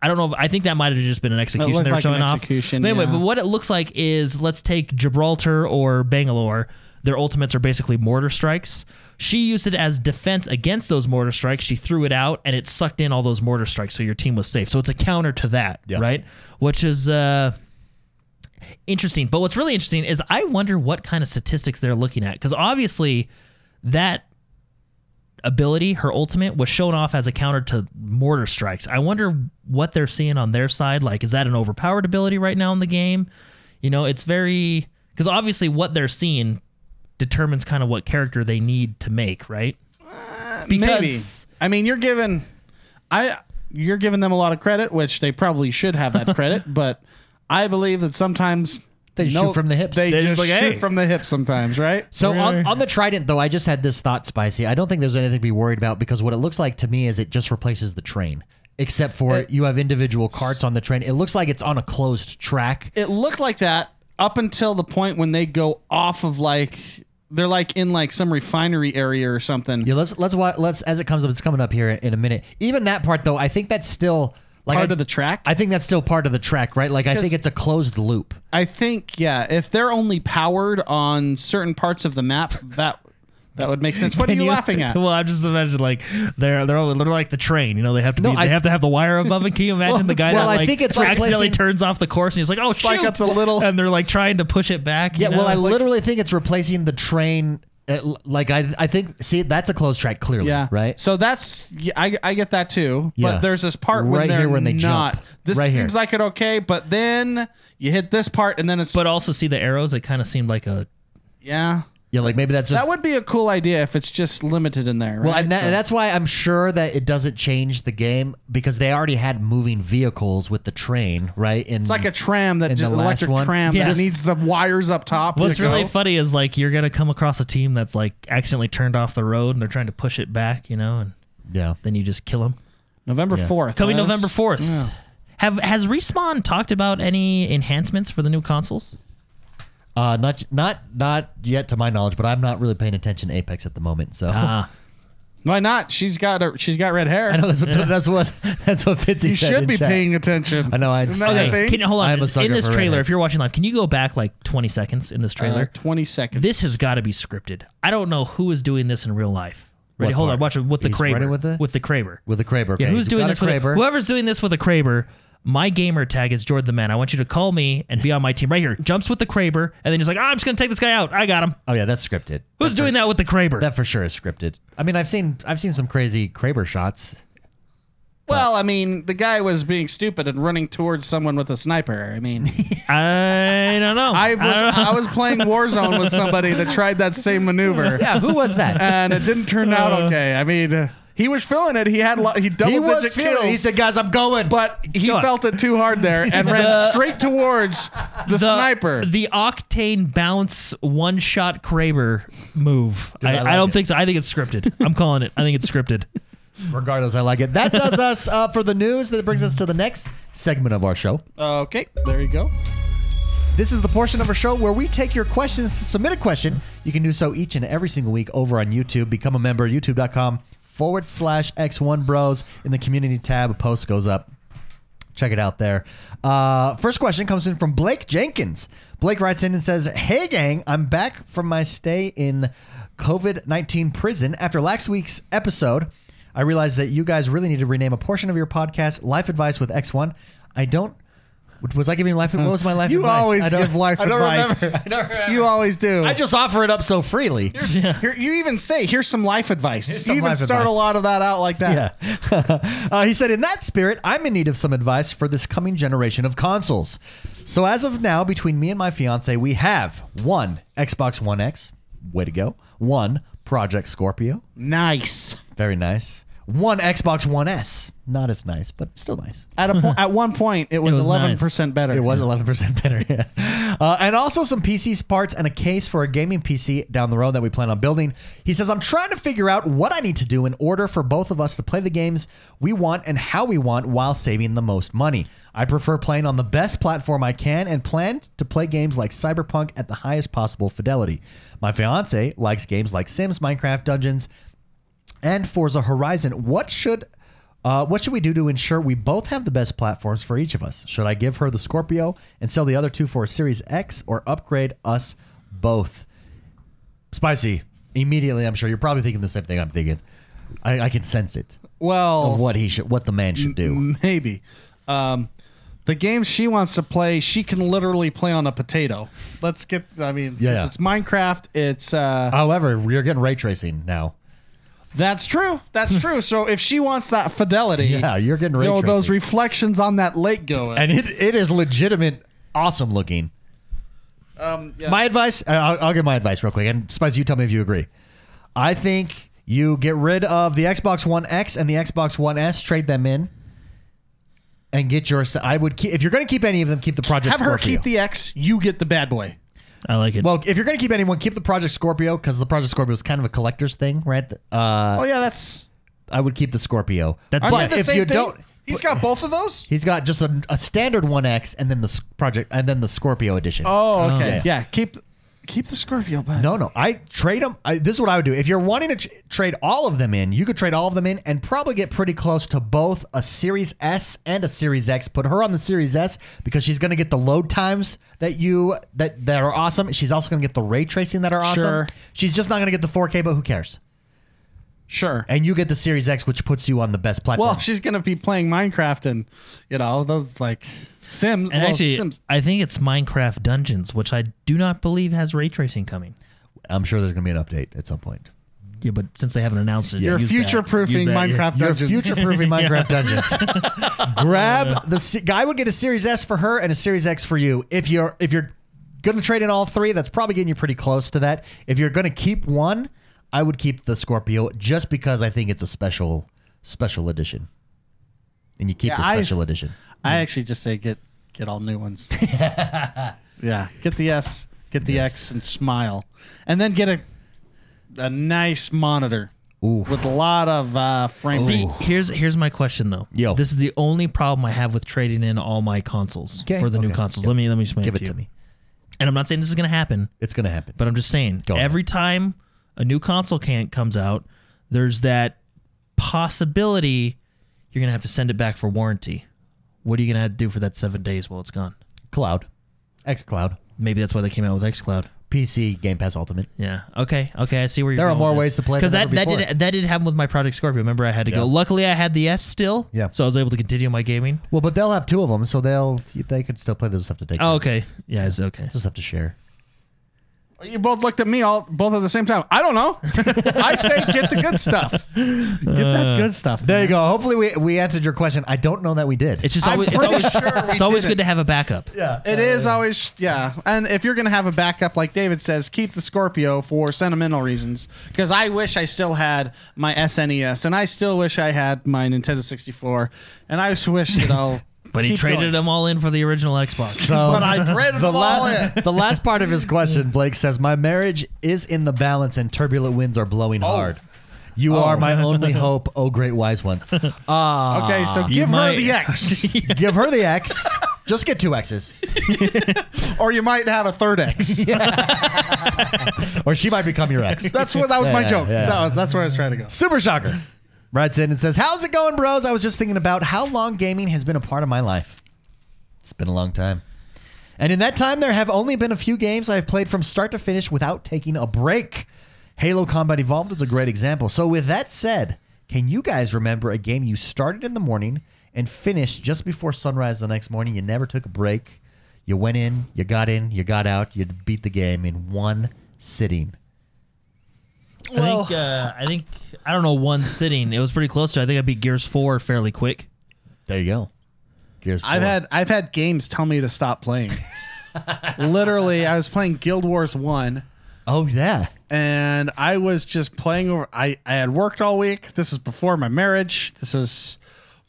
I don't know. If, I think that might have just been an execution looked they were like an showing off. execution, but anyway, yeah. but what it looks like is let's take Gibraltar or Bangalore. Their ultimates are basically mortar strikes. She used it as defense against those mortar strikes. She threw it out and it sucked in all those mortar strikes, so your team was safe. So it's a counter to that, right? Which is uh, interesting. But what's really interesting is I wonder what kind of statistics they're looking at because obviously that ability, her ultimate, was shown off as a counter to mortar strikes. I wonder what they're seeing on their side. Like, is that an overpowered ability right now in the game? You know, it's very because obviously what they're seeing determines kind of what character they need to make, right? Uh, Because- Maybe. I mean, you're giving I you're giving them a lot of credit, which they probably should have that <laughs> credit, but I believe that sometimes They no- shoot from the hips. They, They just just like, shoot hey. from the hips sometimes, right? So on, Really? on the Trident, though, I just had this thought, Spicy. I don't think there's anything to be worried about because what it looks like to me is it just replaces the train, except for Uh, you have individual carts on the train. It looks like it's on a closed track. it looked like that up until the point when they go off of like they're like in like some refinery area or something. Yeah, let's let's wa- let's as it comes up. It's coming up here in a minute. Even that part, though, I think that's still like Part I, of the track? I think that's still part of the track, right? Like I think 'Cause- it's a closed loop. I think yeah, if they're only powered on certain parts of the map, that that would make sense. <laughs> What are you, laughing at? <laughs> Well, I'm just imagining like they're they're all, they're like the train, you know. They have to be, I- they have to have the wire above it. Can you imagine the <laughs> guy well, I that like think it's accidentally replacing- turns off the course and he's like, oh shoot, like at the little- and they're like trying to push it back. you Yeah, well, know? I Like, literally think it's replacing the train. uh, l- like I, I think see that's a closed track clearly, Yeah. right? So that's yeah, I, I get that too. Yeah. But there's this part when Right they're here when they not. jump. This Right here. seems like it okay, but then you hit this part and then it's but also see the arrows. It kind of seemed like a yeah. yeah, like maybe that's just That would be a cool idea if it's just limited in there. Right? Well, and, that, So- and that's why I'm sure that it doesn't change the game because they already had moving vehicles with the train, right? And it's like a tram that And just, the last electric one- tram Yes. that needs the wires up top. What's to go. really funny is like you're gonna come across a team that's like accidentally turned off the road and they're trying to push it back, you know, and yeah. then you just kill them. November fourth Coming November fourth. Have has Respawn talked about any enhancements for the new consoles? Uh, not not not yet to my knowledge, but I'm not really paying attention to Apex at the moment. So Why not? She's got a, she's got red hair. I know <laughs> that's what that's what that's what Fitzy you said. should in be chat. paying attention. I know. I Isn't that I- the thing? can, hold I on. am a In sucker this for trailer, redheads. if you're watching live, can you go back like 20 seconds in this Uh, trailer? Twenty seconds. this has got to be scripted. I don't know who is doing this in real life. Ready? What hold part? on. Watch it with the He's Kraber. running with the- Kraber. with the Kraber. okay, Yeah, who's you've doing got a this with a, Kraber? whoever's doing this with a Kraber? My gamer tag is Jordan the Man. I want you to call me and be on my team right here. Jumps with the Kraber, and then he's like, "Ah, "I'm just gonna take this guy out. I got him." oh yeah, that's scripted. Who's doing that with the Kraber? That for sure is scripted. I mean, I've seen I've seen some crazy Kraber shots. Well, I mean, the guy was being stupid and running towards someone with a sniper. I mean, I don't know. I was don't know. I, was playing Warzone with somebody that tried that same <laughs> maneuver, Yeah, who was that? and it didn't turn out okay. I mean, uh, he was feeling it. He had lo- he double he was digit feeling. it. He kills, said, "Guys, I'm going." but he Go on. felt it too hard there and ran straight towards the, sniper. The octane bounce one shot Kraber move. I, I, I like don't it. think so. I think it's scripted. I'm calling it. I think it's scripted. Regardless, I like it. That does us uh, for the news. That brings us to the next segment of our show. okay, there you go. This is the portion of our show where we take your questions to submit a question. You can do so each and every single week over on YouTube. Become a member, youtube.com forward slash X1 Bros in the community tab. A post goes up. Check it out there. Uh, first question comes in from Blake Jenkins. Blake writes in and says, Hey, gang, I'm back from my stay in COVID 19 prison. After last week's episode, I realized that you guys really need to rename a portion of your podcast Life Advice with X1. I don't. Was I giving life? What was my life You advice? always I don't- give life I don't advice. Remember. I don't remember. <laughs> You always do. I just offer it up so freely. Here- you even say, "Here's some life advice." some you even life start advice. a lot of that out like that. Yeah. <laughs> uh, he said, In that spirit, I'm in need of some advice for this coming generation of consoles. So, as of now, between me and my fiance, we have one Xbox One X, way to go, one Project Scorpio, Nice. very nice, one Xbox One S, not as nice, but still nice. At a po- at one point, it was was eleven nice. percent better. It <laughs> was 11% better, yeah. Uh, and also some PC parts and a case for a gaming PC down the road that we plan on building. He says, I'm trying to figure out what I need to do in order for both of us to play the games we want and how we want while saving the most money. I prefer playing on the best platform I can and plan to play games like Cyberpunk at the highest possible fidelity. My fiance likes games like Sims, Minecraft, Dungeons, and Forza Horizon. What should uh, what should we do to ensure we both have the best platforms for each of us? Should I give her the Scorpio and sell the other two for a Series X, or upgrade us both? Spicy. Immediately, I'm sure you're probably thinking the same thing I'm thinking. I, I can sense it Well, of what he should, what the man should Mm, do. <laughs> maybe. Um, the games she wants to play, she can literally play on a potato. Let's get. I mean, Yeah. it's Minecraft. It's uh, However, you're getting ray tracing now. that's true. That's true. <laughs> So if she wants that fidelity, Yeah, you're getting you ray know, tracing. those reflections on that lake going. and it, it is legitimate, awesome looking. um, yeah. My advice, I- I'll, I'll give my advice real quick. And Spice, you tell me if you agree. I think you get rid of the Xbox One X and the Xbox One S, trade them in, and get your. I would keep, if you're going to keep any of them, keep the Project have her Scorpio. keep the X. You get the bad boy. I like it. well, if you're going to keep anyone, keep the Project Scorpio because the Project Scorpio is kind of a collector's thing, right? Uh, Oh yeah, that's. I would keep the Scorpio. That's- but Aren't the if same you thing? don't, He's got both of those. he's got just a, a standard One X and then the s- Project and then the Scorpio edition. Oh, okay. Yeah. Yeah, keep keep the Scorpio back. No, no. I trade them. I, this is what I would do. If you're wanting to tr- trade all of them in, you could trade all of them in and probably get pretty close to both a Series S and a Series X. Put her on the Series S because she's going to get the load times that you that that are awesome. She's also going to get the ray tracing that are awesome. Sure. She's just not going to get the 4K, but who cares? Sure. And you get the Series X, which puts you on the best platform. Well, <laughs> she's gonna be playing Minecraft and you know those like Sims. and well, actually, Sims. I think it's Minecraft Dungeons, which I do not believe has ray tracing coming. I'm sure there's going to be an update at some point. Yeah, but since they haven't announced it, you're use that. Use future-proofing that, yeah. Minecraft You're Dungeons. future <laughs> proofing Minecraft Dungeons. Grab the se- guy would get a Series S for her and a Series X for you. If you're if you're going to trade in all three, that's probably getting you pretty close to that. If you're going to keep one, I would keep the Scorpio just because I think it's a special special edition. And you keep Yeah, the I- special edition. I actually just say get get all new ones. <laughs> yeah, get the S, get the X, and smile, and then get a a nice monitor Ooh. with a lot of uh, frames. See, here's here's my question though. Yo. this is the only problem I have with trading in all my consoles Okay. for the new Okay. consoles. Let me let me explain Give it it to you. me. And I'm not saying this is going to happen, It's going to happen. but I'm just saying Go ahead. every time a new console can comes out, there's that possibility you're going to have to send it back for warranty. What are you going to have to do for that seven days while it's gone? Cloud. XCloud. Maybe that's why they came out with XCloud. PC Game Pass Ultimate. Yeah. Okay. Okay. I see where you're. There are going more with ways this. to play than that ever that before. did that did happen with my Project Scorpio. Remember, I had to go. Yeah. Luckily, I had the S still. Yeah. So I was able to continue my gaming. Well, but they'll have two of them, so they'll they could still play. They'll just have to take. Oh, turns. okay. Yeah, it's okay. Just have to share. You both looked at me all both at the same time. I don't know. I say get the good stuff. Get that good stuff. There you go. Hopefully, we, we answered your question. I don't know that we did. Uh, It's just I'm always it's pretty always, sure we it's always did good it. to have a backup. yeah. It is always yeah, and if you're gonna have a backup, like David says, keep the Scorpio for sentimental reasons. Because I wish I still had my SNES, and I still wish I had my Nintendo 64, and I just wish that <laughs> I'll. But he keep traded going. them all in for the original Xbox. So But I traded Um, the them all last <laughs> the last part of his question, Blake says, "My marriage is in the balance, and turbulent winds are blowing hard. You are my only hope, oh great wise ones. Ah, Okay, so give her might- the X, Give her the X. Just get two X's, or you might have a <laughs> third X. or she might become your X." That's what that was my Yeah, joke. yeah. That was, that's where I was trying to go. Super shocker. writes in and says, How's it going, bros? I was just thinking about how long gaming has been a part of my life. It's been a long time. And in that time, there have only been a few games I have played from start to finish without taking a break. Halo Combat Evolved is a great example. So, with that said, can you guys remember a game you started in the morning and finished just before sunrise the next morning? You never took a break. You went in, you got in, you got out, you beat the game in one sitting. I think uh, I think I don't know one sitting. It was pretty close to. I think I beat Gears Four fairly <laughs> quick. There you go. Gears 4. I've had I've had games tell me to stop <laughs> playing. Literally, I was playing Guild Wars One, Oh yeah. and I was just playing over. I I had worked all week. This is before my marriage. This is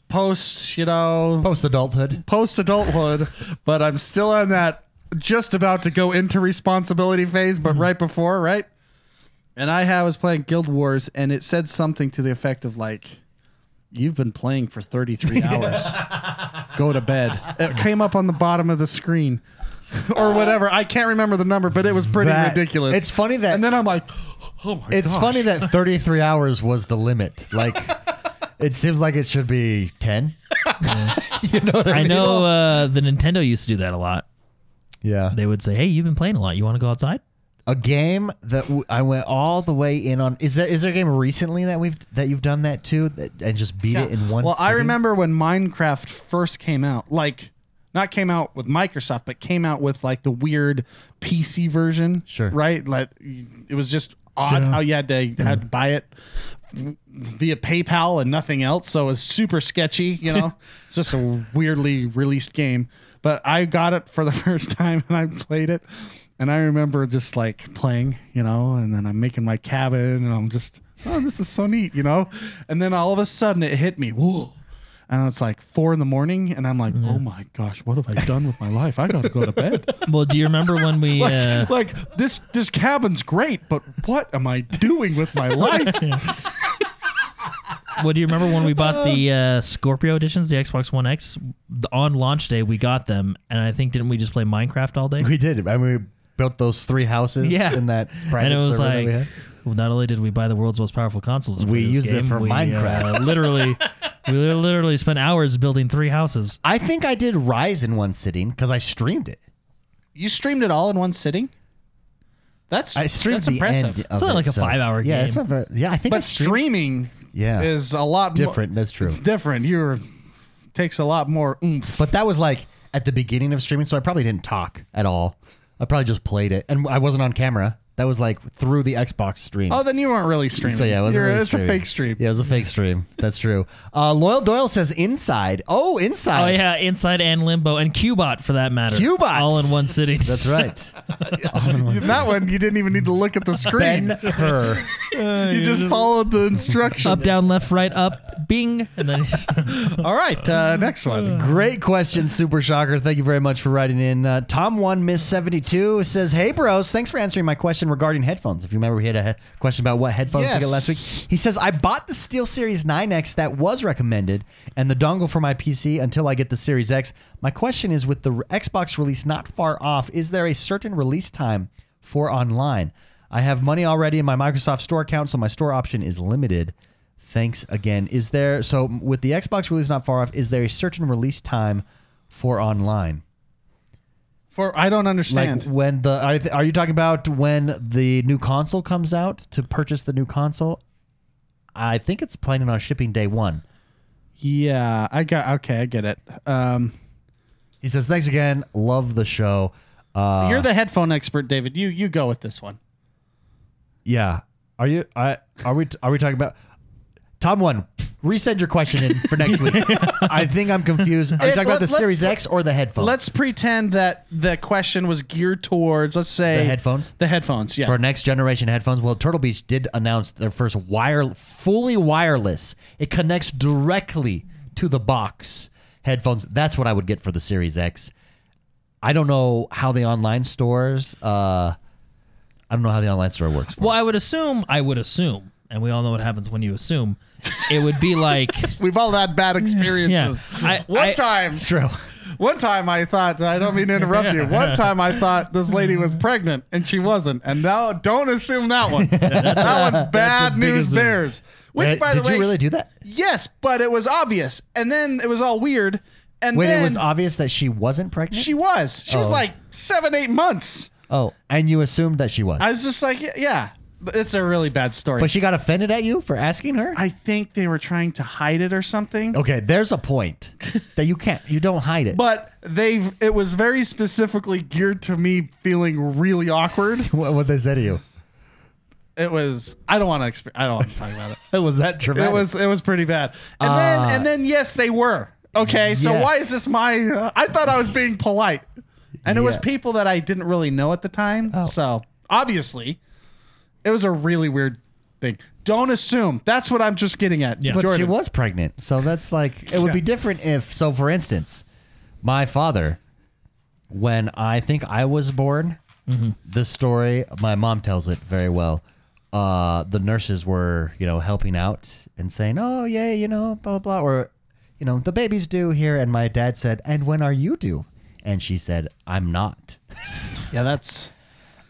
post, you know, Post adulthood. post adulthood. But I'm still on that, just about to go into responsibility phase. Mm-hmm. But right before, right. And I ha- was playing Guild Wars, and it said something to the effect of like, "You've been playing <laughs> for 33 hours. Go to bed." It came up on the bottom of the screen. <laughs> or whatever. I can't remember the number, but it was pretty That- ridiculous. it's funny that- And then I'm like, "Oh my It's gosh." funny <laughs> that 33 hours was the limit. Like it seems like it should be 10. I know uh, the Nintendo used to do that a lot. Yeah. They would say, "Hey, you've been playing a lot. You want to go outside?" A game that w- I went all the way in on is there is there a game recently that we've that you've done that too that, and just beat it in one Well, I sitting? remember when Minecraft first came out, like not came out with Microsoft, but came out with like the weird PC version. Sure. Right? Like it was just odd how you had to had to buy it via PayPal and nothing else. So it was super sketchy, you know. it's just a weirdly released game. But I got it for the <laughs> first time and I played it. And I remember just like playing, you know, and then I'm making my cabin and I'm just, oh, this is so neat, you know? And then all of a sudden it hit me. Whoa. And it's like four in the morning, and I'm like, oh my gosh, what have I done with my life? I gotta go to bed. Well, do you remember when <laughs> we? like, uh, like this this cabin's great, but what am I doing with my life? Well, do you remember when we bought the uh, Scorpio editions, the Xbox One X? The- on launch day, we got them, and I think didn't we just play Minecraft <laughs> all day? we did. I mean we built those three houses Yeah. in that private and it was server like, that we had. well, not only did we buy the world's most powerful consoles, to We play this used it game, for we, uh, Minecraft. <laughs> <laughs> literally, we literally spent hours building three houses. I think I did Rise in one sitting cuz I streamed it. You streamed it all in one sitting. That's I streamed that's the impressive. end of It's only it, like a so- five-hour yeah, game. It's not very, yeah, I think I But streamed streaming, Yeah. is a lot mo- different. That's true. It's different. You're takes a lot more oomph. But that was like at the beginning of streaming, so I probably didn't talk at all. I probably just played it, and I wasn't on camera. That was like through the Xbox stream. Oh, then you weren't really streaming. so yeah, it wasn't You're- really it's a streaming. fake stream. Yeah, it was a fake stream. That's true. Uh, Loyal Doyle says inside. Oh, Oh inside. yeah, Inside and Limbo and Cubot for that matter. Cubot! all <laughs> in one sitting. that's right. That one you didn't even need to look at the ben screen. Hur. you just followed the instructions. Up, <laughs> down, left, right, up, bing, and then <laughs> <laughs> All right, uh, next <sighs> one. Great question, Super Shocker. Thank you very much for writing in. Uh, Tom One Miss Seventy Two says, "Hey bros, thanks for answering my question regarding headphones. If you remember, we had a he- question about what headphones to Yes. get last week. He says I bought the Steel Series 9X that was recommended, and the dongle for my PC until I get the Series X. My question is, with the re- Xbox release not far off, is there a certain release time for online? I have money already in my Microsoft Store account, so my store option is limited." Thanks again. Is there so with the Xbox release not far off? Is there a certain release time for online? For I don't Like understand. when the are, th- are you talking about when the new console comes out to purchase the new console? I think it's planning on shipping day one. yeah, I got okay. I get it. Um, He says thanks again. Love the show. Uh, you're the headphone expert, David. You you go with this one. yeah. Are you? I are we? Are we talking about? Tom one, resend your question in for <laughs> next week. I think I'm confused. Are you It- talking about the let- let's- Series X or the headphones? Let's pretend that the question was geared towards, let's say, The headphones? The headphones, yeah. for next generation headphones. Well, Turtle Beach did announce their first wire, fully wireless. It connects directly to the box headphones. That's what I would get for the Series X. I don't know how the online stores. Uh, I don't know how the online store works. <laughs> well, I would assume, I would assume, and we all know what happens when you assume. It would be like, <laughs> We've all had bad yeah, experiences. I, One I- time, It's true. One time I thought, I don't mean to interrupt you. One time I thought this lady was pregnant and she wasn't. And now don't assume <laughs> that one. that one's bad big news assume. bears. Which, Wait, by the did way, you really do that? yes, but it was obvious. And then it was all weird. And When then it was obvious that she wasn't pregnant. she was. She was Oh. like seven, eight months. oh, and you assumed that she was, I was just like, yeah, yeah. It's a really bad story. but she got offended at you for asking her. I think they were trying to hide it or something. okay, there's a <laughs> point that you can't. You don't hide it. But they it was very specifically geared to me feeling really awkward. what what they say to you? It was I don't want to exp- I don't want to talk <laughs> about <laughs> it. It was that dramatic. It was it was pretty bad. And then and then yes, they were. Okay, so Ah. Yeah. why is this my uh, I thought I was being polite. And it was Yeah. Oh. people that I didn't really know at the time. So, obviously, it was a really weird thing. Don't assume. That's what I'm just getting at. Yeah. But she Jordan. was pregnant, so that's like it would be Yeah. different if. So, for instance, my father, when I think I was born, Mm-hmm. the story my mom tells it very well. Uh, the nurses were, you know, helping out and saying, "Oh, yeah, you know, blah blah," blah," or, you know, the baby's due here, and my dad said, "And when are you due?" And she said, "I'm not," Yeah, that's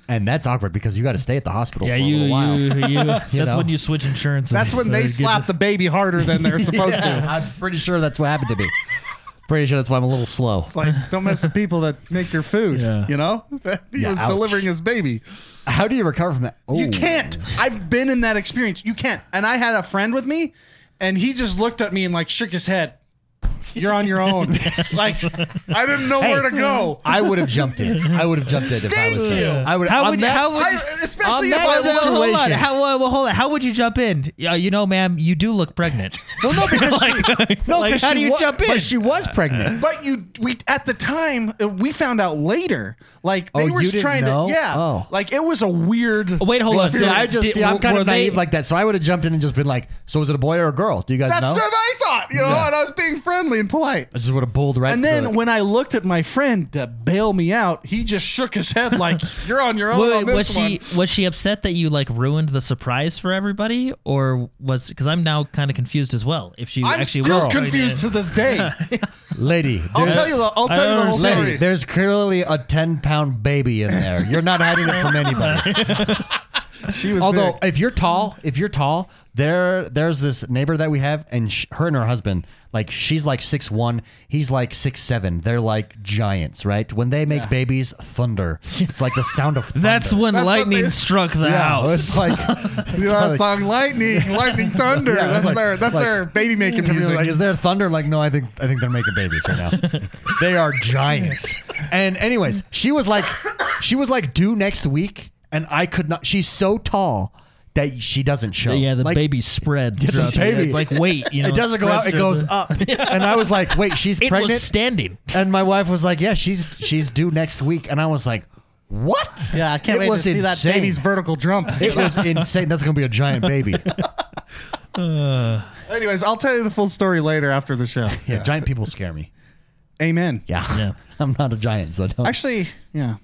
and that's awkward because you got to stay at the hospital Yeah, for a you, little while. <laughs> you, you, That's know? when you switch insurances. that's <laughs> when they slap the baby harder <laughs> than they're supposed to. I'm pretty sure that's what happened to me. pretty sure that's why I'm a little slow. like don't mess with people that make your food Yeah. you know <laughs> he Yeah, was ouch. delivering his baby How do you recover from that? Oh. you can't i've been in that experience you can't and i had a friend with me and he just looked at me and like shook his head you're on your own <laughs> like i didn't know where to <laughs> go I would have jumped in. I would have jumped in if I was Thank you. there. I would. How on would you- that how would I, side- especially if on i that was situation- Hold on. How, uh, well, hold on. How would you jump in? Yeah, you know, ma'am, you do look pregnant. No, no, because <laughs> she, no, like, 'cause how she do you wa- jump in? But she was pregnant. but you we at the time uh, we found out later like they Oh, were you didn't trying know? to yeah Oh. like it was a weird Wait, hold <laughs> on. Well, see, So I just did- see. I'm kind were of naive they- like that, so I would have jumped in and just been like, "So is it a boy or a girl? Do you guys that's know?" what i thought you know Yeah. and i was being friendly and polite I just would have pulled right. And through then it. when I looked at my friend to bail me out, he just shook his head like, <laughs> "You're on your own Wait, on wait, this was one." she was she upset that you like ruined the surprise for everybody, or was because I'm now kind of confused as well. If she I'm actually still was confused to this <laughs> day. lady, I'll there's- Uh, tell you the I don't I'll tell you the whole understand. story. lady, there's clearly a 10 pound baby in there. You're not hiding it from anybody. she was Although <laughs> big. if you're tall, if you're tall, there there's this neighbor that we have, and sh- her and her husband, like she's like six one, he's like six seven. They're like giants, right? When they make babies, thunder. It's like the sound of thunder. <laughs> That's when That's what lightning they- struck the yeah, it's house. <laughs> like, you know that song <laughs> "Lightning, Lightning Thunder." Yeah, that's like- their that's like- their baby making music. like, is there thunder? Like, no, I think I think they're making babies right <laughs> now. they are giants. And anyways, she was like, she was like due next week, and I could not. She's so tall that she doesn't show. yeah, the Like, baby spread. throughout the- baby- it's like wait, <laughs> you know, it doesn't go out; it spreads goes through the- <laughs> up. And I was like, "Wait, she's It pregnant." was standing. and my wife was like, "Yeah, she's she's due next week." And I was like, "What?" It was insane. vertical jump. It was insane. That's gonna be a giant <laughs> baby. Anyways, I'll tell you the full story later after the show. Yeah, giant people scare me. Amen. Yeah, Yeah. <laughs> I'm not a giant, so don't. Actually, yeah,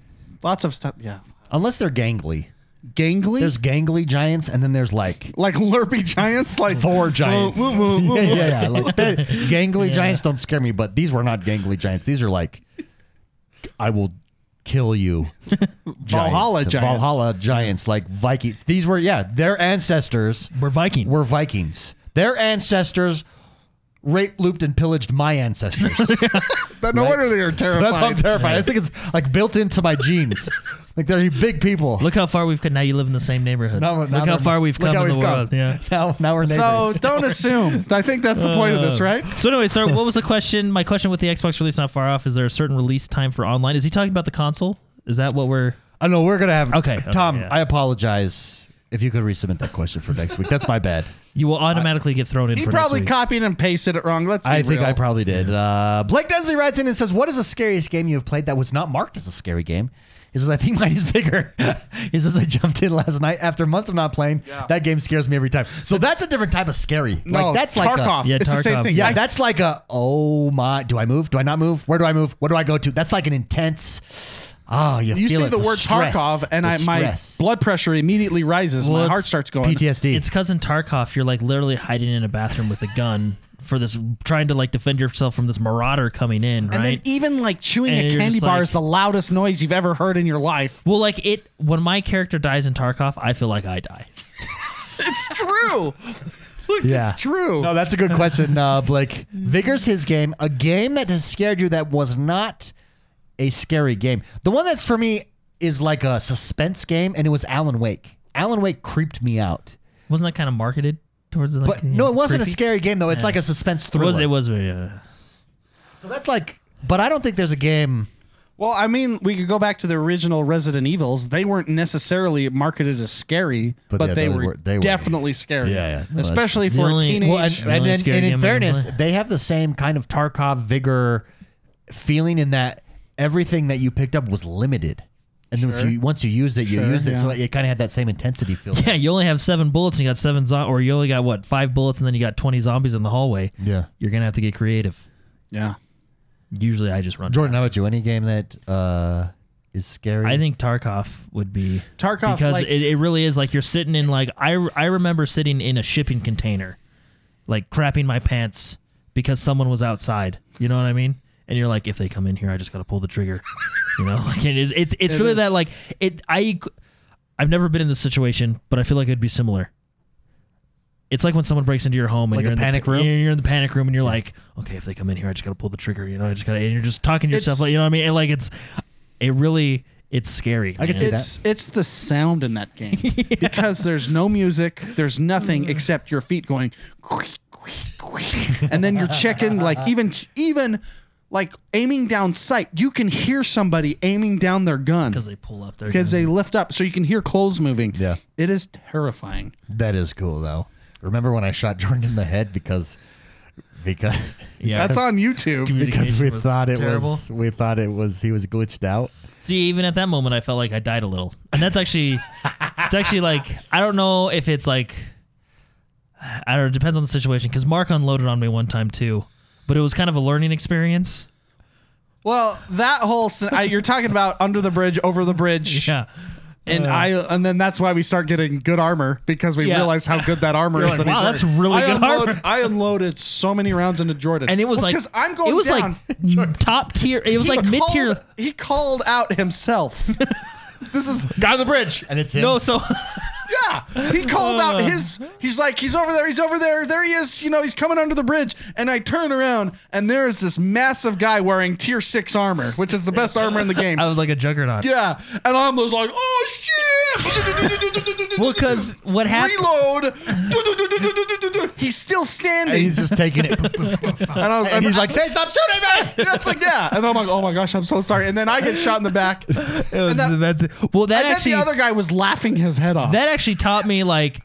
lots of stuff. Yeah, unless they're gangly. gangly. There's gangly giants, and then there's like like lurpy giants, like Thor giants. Woo, woo, woo, woo. <laughs> yeah, yeah, yeah. Like the gangly giants don't scare me, but these were not gangly giants. These are like, I will kill you. Valhalla giants. Valhalla giants, like Vikings. These were, yeah, their ancestors We're Viking. were Vikings. Their ancestors raped, looped, and pillaged my <laughs> ancestors. So But No wonder they are <laughs> terrified. that's why I'm terrified. I think it's like built into my <laughs> genes. Like they're big people. Look how far we've come. Now you live in the same neighborhood. Now- now Look how they're- far we've look come how in the we've come. world. Yeah. <laughs> Now, now we're So neighbors. don't assume. I think that's the point of Uh, this, right? So anyway, so what was the question? My question with the Xbox release not far off. Is there a certain release time for online? Is he talking about the console? Is that what we're? I know we're gonna have. Okay, okay, Tom, yeah. I apologize if you could resubmit that question for next week. That's my bad. You will automatically get thrown in. He for next probably week. copied and pasted it wrong. Let's. Be I think real. I probably did. Uh, Blake Desley writes in and says, "What is the scariest game you have played that was not marked as a scary game?" He says, "I think <laughs> mine is bigger." he says, "I jumped in last night after months of not playing. That game scares me every time." So that's a different type of scary. No, like that's like Tarkov. a, Yeah, it's the same Tarkov. thing. yeah, I- that's like a oh my, do I move? Do I not move? Where do I move? Where do I go to? That's like an intense. Oh, you, you feel see it, the word stress, Tarkov, and the I, my stress. blood pressure immediately rises. Well, my it's heart starts going. PTSD. It's cousin Tarkov. You're like literally hiding in a bathroom with a gun for this trying to like defend yourself from this marauder coming in, And right? then even like chewing And a you're candy just bar like- is the loudest noise you've ever heard in your life. well, like it when my character dies in Tarkov, I feel like I die. It's true. <laughs> Look, Yeah. it's true. No, that's a good question, uh, Blake. Vigor's his game. A game that has scared you that was not a scary game. The one that's for me is like a suspense game, and it was Alan Wake. Alan Wake creeped me out. Wasn't that kind of marketed towards the like, Mm. But no, it wasn't creepy? a scary game though. It's like a suspense It thriller. was it was uh, yeah. So that's like. But I don't think there's a game. Well, I mean, we could go back to the original Resident Evils. They weren't necessarily marketed as scary, but, yeah, they, they were were- they were. definitely scary. Yeah, yeah. Especially The for only- a teenage. Well, and, and, Really and, scary and in game I can fairness, play. they have the same kind of Tarkov vigor feeling in that everything that you picked up was limited. And then if you, once you used it, you Sure, used it, so yeah. it kind of had that same intensity feel. Yeah, you only have seven bullets and you got seven zom- or you only got what five bullets and then you got twenty zombies in the hallway. Yeah. you're gonna have to get creative. yeah. Usually, I just run. Jordan, how about you? Any game that uh, is scary? I think Tarkov would be Tarkov, because like- it, it really is like you're sitting in like I I remember sitting in a shipping container, like crapping my pants because someone was outside. You know what I mean? And you're like, if they come in here, I just gotta pull the <laughs> trigger. you know, like it is. It's it's It really is. that like it. I I've never been in this situation, but I feel like it'd be similar. It's like when someone breaks into your home and Like you're a in panic the, room? You're in the panic room and you're like, okay, if they come in here, I just gotta pull the trigger. You know, I just gotta. And you're just talking to yourself, It's- like you know what I mean? And like it's, it really, it's scary. I can see that. It's it's the sound in that <laughs> game because there's no music, there's nothing Mm. except your feet going, "Queek, queek, queek." and then you're checking like even even like aiming down sight. You can hear somebody aiming down their gun because they pull up. They're because they lift up, so you can hear clothes moving. Yeah. it is terrifying. that is cool though. Remember when I shot Jordan in the head because because yeah. That's on because YouTube. we Communication was thought it terrible. was we thought it was he was glitched out. See, even at that moment, I felt like I died a little, and that's <laughs> actually, it's actually like I don't know if it's like, I don't. know, It depends on the situation because Mark unloaded on me one time too, but it was kind of a learning experience. Well, that whole sen- I, you're talking about under the bridge, over <laughs> the bridge, Yeah. and I and then that's why we start getting good armor because we Yeah. realize how good that armor You're is. like, that he's "Wow, that's wearing." really I good unload- armor. I unloaded so many rounds into Jordan, And it was like because I'm going It was <laughs> down. <laughs> like top tier. It was He like mid called- tier. He called out himself. <laughs> this is Down the bridge, and it's him. No, so <laughs> yeah. He called out his. Uh. He's like he's over there. He's over there. There he is. You know he's coming under the bridge. And I turn around and there is this massive guy wearing tier six armor, which is the best armor <laughs> in the game. I was like a juggernaut. Yeah, and I'm just like, oh shit! <laughs> Well, because what happened? reload. <laughs> he's still standing, and and, <laughs> he's just taking <laughs> it. Boop, boop, boop, boop. I was, And he's like, "Say stop shooting me!" <laughs> that's like, yeah, and I'm like, oh my gosh, I'm so sorry. And then I get shot in the <laughs> back, and It was- that- that's it. Well, that then actually the other guy was laughing his head off. that actually taught me like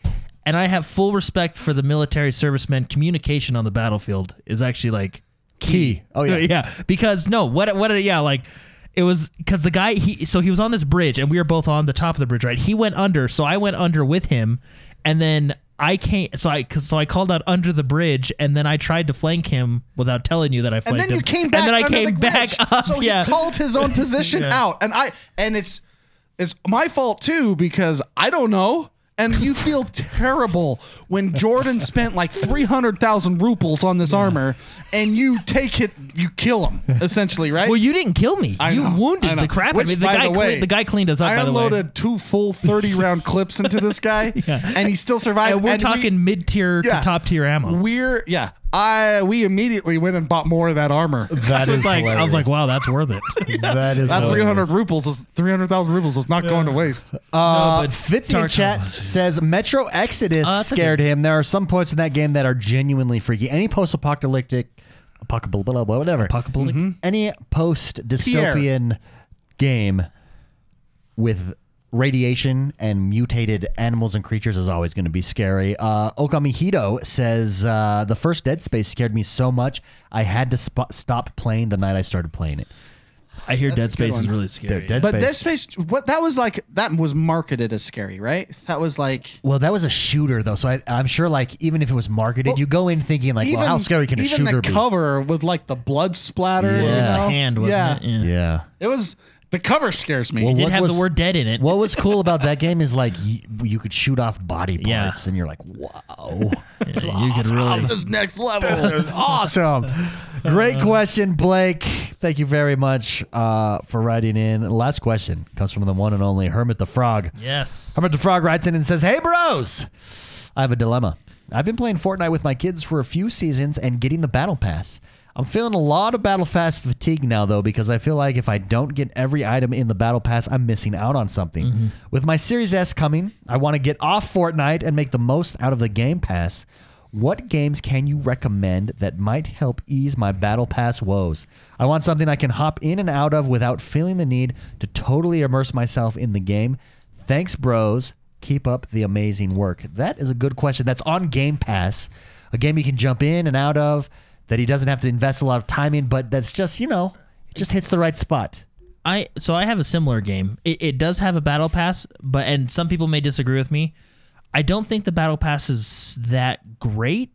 and i have full respect for the military servicemen communication on the battlefield is actually like Key. Oh <laughs> yeah. because no what what yeah like it was because the guy he so he was on this bridge and we were both on the top of the bridge right he went under so i went under with him and then i came so i 'cause- so i called out under the bridge and then i tried to flank him without telling you that i and flanked then you him. came back. and then i under came the back bridge. up So yeah he called his own <laughs> position Yeah. out, and I and it's it's my fault too because I don't know. And you <laughs> feel terrible when Jordan spent like three hundred thousand ruples on this armor, and you take it, you kill him essentially, right? well you didn't kill me I you know, I wounded know. the crap Which, out of me the by guy the cle- way, the guy cleaned us up I by the way unloaded two full thirty round clips into this guy, <laughs> Yeah. and he still survived. and we're talking we- mid tier Yeah. to top tier ammo. we're yeah. I we immediately went and bought more of <laughs> that armor. That is like I was like, wow, that's worth <laughs> it. that is That hilarious. 300 ruples is 300,000 ruples is not going to waste. Uh, but Fitzy in Tarkov. chat says Metro Exodus Uh, that's a scared him. There are some points in that game that are genuinely freaky. Any post-apocalyptic, apocalyptic, blah, blah, blah, whatever, Apocalyptic. any post-dystopian game with radiation and mutated animals and creatures is always going to be scary. Uh, Okamihito says uh, the first Dead Space scared me so much I had to sp- stop playing the night I started playing it. I hear a Dead good Space is one. really scary. Dude, Dead But Space- Dead Space, what that was like, that was marketed as scary, right? That was like Well, that was a shooter though, so I, I'm sure like even if it was marketed, you go in thinking like, even well, how scary can a even shooter the be? cover with like the blood splatter. Yeah. you It was know? the hand, wasn't yeah. it? Yeah. Yeah, It was The cover scares me. Well, Did What have was- the word dead in it. What was cool about that game is like you, you could shoot off body parts, Yeah. and you're like, wow, Yeah, you could really. this is next level. <laughs> This is awesome. Great question, Blake. Thank you very much uh, for writing in. And the Last question comes from the one and only Hermit the Frog. Yes. Hermit the Frog writes in and says, Hey, bros, I have a dilemma. I've been playing Fortnite with my kids for a few seasons and getting the Battle Pass. I'm feeling a lot of Battle Pass fatigue now, though, because I feel like if I don't get every item in the Battle Pass, I'm missing out on something. With my Series S coming, I want to get off Fortnite and make the most out of the Game Pass. What games can you recommend that might help ease my Battle Pass woes? I want something I can hop in and out of without feeling the need to totally immerse myself in the game. Thanks, bros. Keep up the amazing work. That is a good question. That's on Game Pass, a game you can jump in and out of that he doesn't have to invest a lot of time in, but that's just, you know, it just hits the right spot. I so I have a similar game. It, it does have a battle pass, but and some people may disagree with me. I don't think the battle pass is that great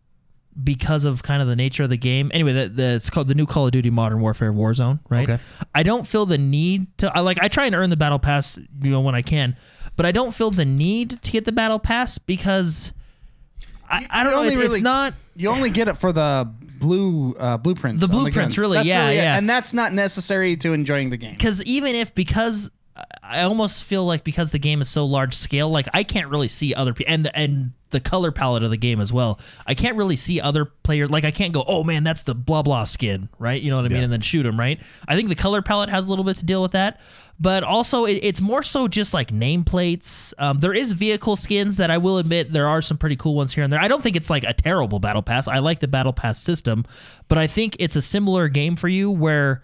because of kind of the nature of the game. Anyway, the, the it's called the new Call of Duty Modern Warfare Warzone, right? Okay. I don't feel the need to I like I try and earn the battle pass, you know, when I can, but I don't feel the need to get the battle pass because I, I don't You know. only It's, really- it's not You only get it for the blue uh, blueprints. The on blueprints, guns. really, yeah, it. yeah. and that's not necessary to enjoying the game. because even if because I almost feel like because the game is so large scale, like I can't really see other people and and the color palette of the game as well. I can't really see other players. Like I can't go, oh man, that's the blah blah skin, right? You know what I mean? And then shoot them, right? I think the color palette has a little bit to deal with that, but also it, it's more so just like nameplates. Um, there is vehicle skins that I will admit there are some pretty cool ones here and there. I don't think it's like a terrible battle pass. I like the battle pass system, but I think it's a similar game for you where.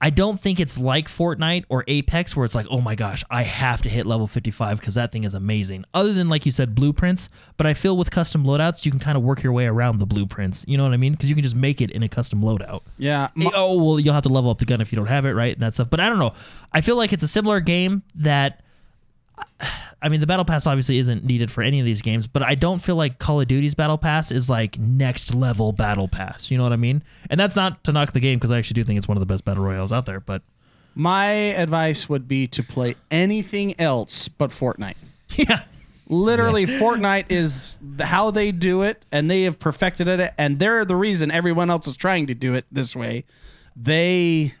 I don't think it's like Fortnite or Apex where it's like, oh my gosh, I have to hit level 55 because that thing is amazing. Other than, like you said, blueprints, but I feel with custom loadouts, you can kind of work your way around the blueprints. You know what I mean? Because you can just make it in a custom loadout. Yeah, my- oh, well, you'll have to level up the gun if you don't have it, right? And that stuff. But I don't know. I feel like it's a similar game that. <sighs> I mean, the battle pass obviously isn't needed for any of these games, but I don't feel like Call of Duty's battle pass is like next level battle pass. You know what I mean? And that's not to knock the game because I actually do think it's one of the best battle royales out there. But <laughs> my advice would be to play anything else but Fortnite. yeah, Literally, Fortnite is th- how they do it, and they have perfected it, and they're the reason everyone else is trying to do it this way. They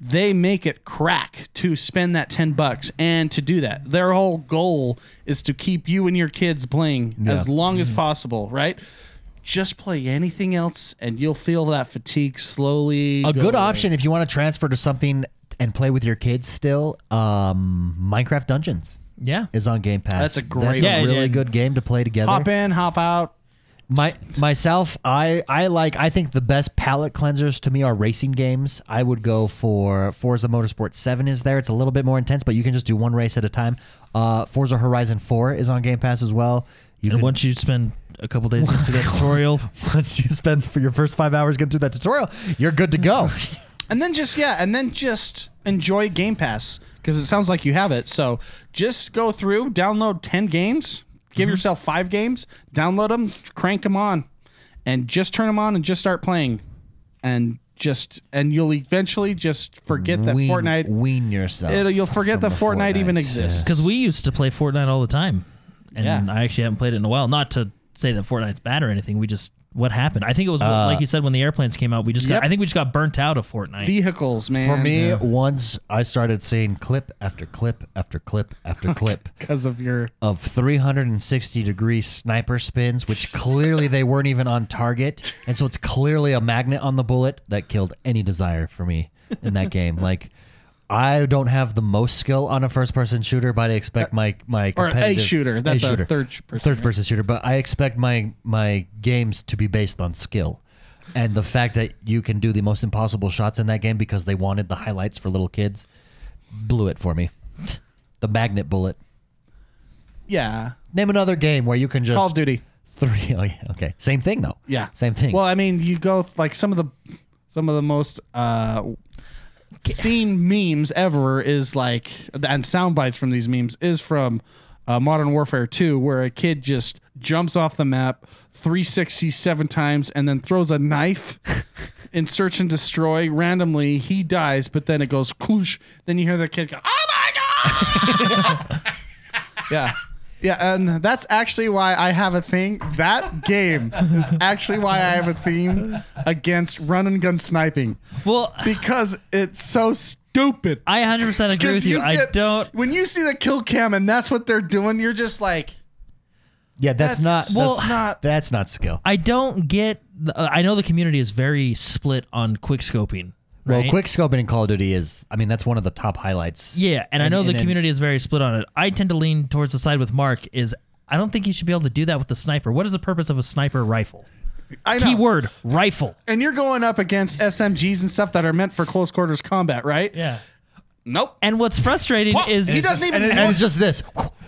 they make it crack to spend that 10 bucks and to do that. Their whole goal is to keep you and your kids playing as long Mm-hmm. as possible, right? Just play anything else and you'll feel that fatigue slowly. A go good away. option if you want to transfer to something and play with your kids still, um, Minecraft Dungeons yeah. is on Game Pass. That's a That's great one. Yeah, a really and- good game to play together. Hop in, hop out. My myself, I I like I think the best palate cleansers to me are racing games. I would go for Forza Motorsport 7 is there. It's a little bit more intense, but you can just do one race at a time. Uh Forza Horizon 4 is on Game Pass as well. You And can, once you spend a couple days into the tutorial, <laughs> once you spend for your first 5 hours getting through that tutorial, you're good to go. And then just yeah, and then just enjoy Game Pass because it sounds like you have it. So just go through, download ten games, Mm-hmm. give yourself five games, download them, crank them on, and just turn them on and just start playing, and just and you'll eventually just forget <laughs> that wean, Fortnite. wean yourself. It'll, you'll forget from that the Fortnite, even yeah. exists. because we used to play Fortnite all the time, and Yeah. I actually haven't played it in a while. Not to say that Fortnite's bad or anything. We just what happened? I think it was like you said when the airplanes came out. We just Yep. got, I think we just got burnt out of Fortnite. Vehicles, man. uh, For me, once I started seeing clip after clip after clip <laughs> after clip because of your of 360 degree sniper spins, <laughs> which clearly they weren't even on target. And so it's clearly a magnet on the bullet that killed any desire for me in that <laughs> game. Like, I don't have the most skill on a first person shooter, but I expect my my Uh, or a competitive- shooter, that's a third person, third person shooter. But I expect my my games to be based on skill, and the fact that you can do the most impossible shots in that game because they wanted the highlights for little kids blew it for <laughs> me. The magnet bullet. yeah Name another game where you can just Call of Duty. Three. <laughs> Oh yeah. Okay. Same thing though. Yeah, Same thing. Well, I mean, you go like some of the some of the most uh seen memes ever is like and sound bites from these memes is from uh, Modern Warfare 2, where a kid just jumps off the map 360 seven times and then throws <laughs> a knife in search and destroy randomly. He dies, but then it goes kloosh. Then you hear the kid go, "Oh my god!" yeah. Yeah, and that's actually why I have a thing. That game is actually why I have a theme against run and gun sniping Well, because it's so stupid. I 100% agree with you. I get- don't. When you see the kill cam and that's what they're doing, you're just like, Yeah, that's, That's- not. well- that's not. <laughs> That's not skill. I don't get. The, uh, I know the community is very split on quick scoping. Right? Well, quick scoping in Call of Duty is. I mean, that's one of the top highlights. Yeah, and, I know and- the and- community is very split on it. I tend to lean towards the side with Mark. Is I don't think you should be able to do that with the sniper. What is the purpose of a sniper rifle? I know. Keyword rifle. And you're going up against SMGs and stuff that are meant for close quarters combat, right? Yeah. Nope. And what's frustrating Well, is he doesn't And, even. it- and it's just this.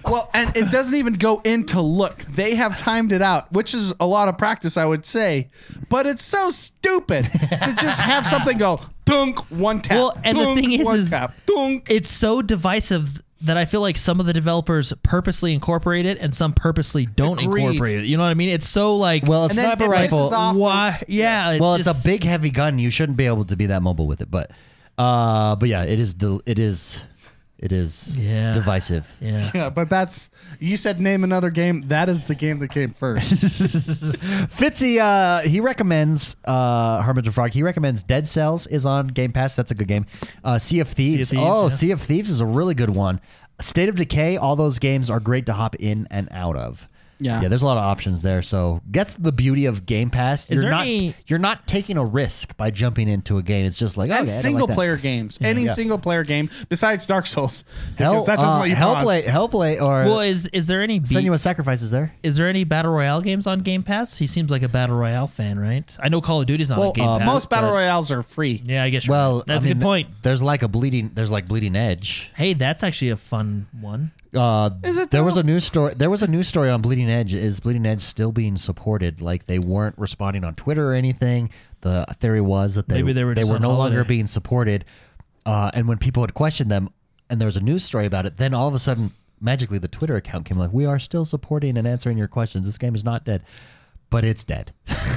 well, and it doesn't even go into look. They have timed it out, which is a lot of practice, I would say. But it's so stupid to just have something go dunk one tap. Well, and the dunk, thing is- one is- tap, dunk. it's so divisive that I feel like some of the developers purposely incorporate it and some purposely don't Agreed. incorporate it. You know what I mean? It's so like Well, a sniper it rifle. pisses off the- why? Yeah. well, it's just- a big, heavy gun. You shouldn't be able to be that mobile with it. But, uh, but yeah, it is. Del- it is. It is Yeah. divisive. Yeah. Yeah, but that's you said name another game. That is the game that came <laughs> first. Fitzy, uh, he recommends uh, Hermit and Frog. He recommends Dead Cells is on Game Pass. That's a good game. Uh, sea of Thieves. Thieves, oh, yeah. Sea of Thieves is a really good one. State of Decay. All those games are great to hop in and out of. Yeah. yeah. There's a lot of options there. So that's the beauty of Game Pass. you're there not any- you're not taking a risk by jumping into a game. It's just like okay, I and don't like single that. player games, any Yeah. single player game besides Dark Souls, because Hell, that doesn't uh, let you pause. Hellblade, Hellblade, or Well, is is there any beat, Senua's Sacrifice is there. is there any battle royale games on Game Pass? He seems like a battle royale fan, right? I know Call of Duty's not Well, on Game uh, Pass. most battle but- royales are free. Yeah, I guess. You're Well, right. that's I a mean, good point. There's like a bleeding. There's like bleeding edge. Hey, that's actually a fun one. Uh, it there was though? a news story. There was a news story on Bleeding Edge. Is Bleeding Edge still being supported? Like they weren't responding on Twitter or anything. The theory was that they Maybe they were just on no longer holiday. being supported. Uh, and when people had questioned them, and there was a news story about it, then all of a sudden, magically, the Twitter account came like, "We are still supporting and answering your questions. This game is not dead, but it's dead." <laughs>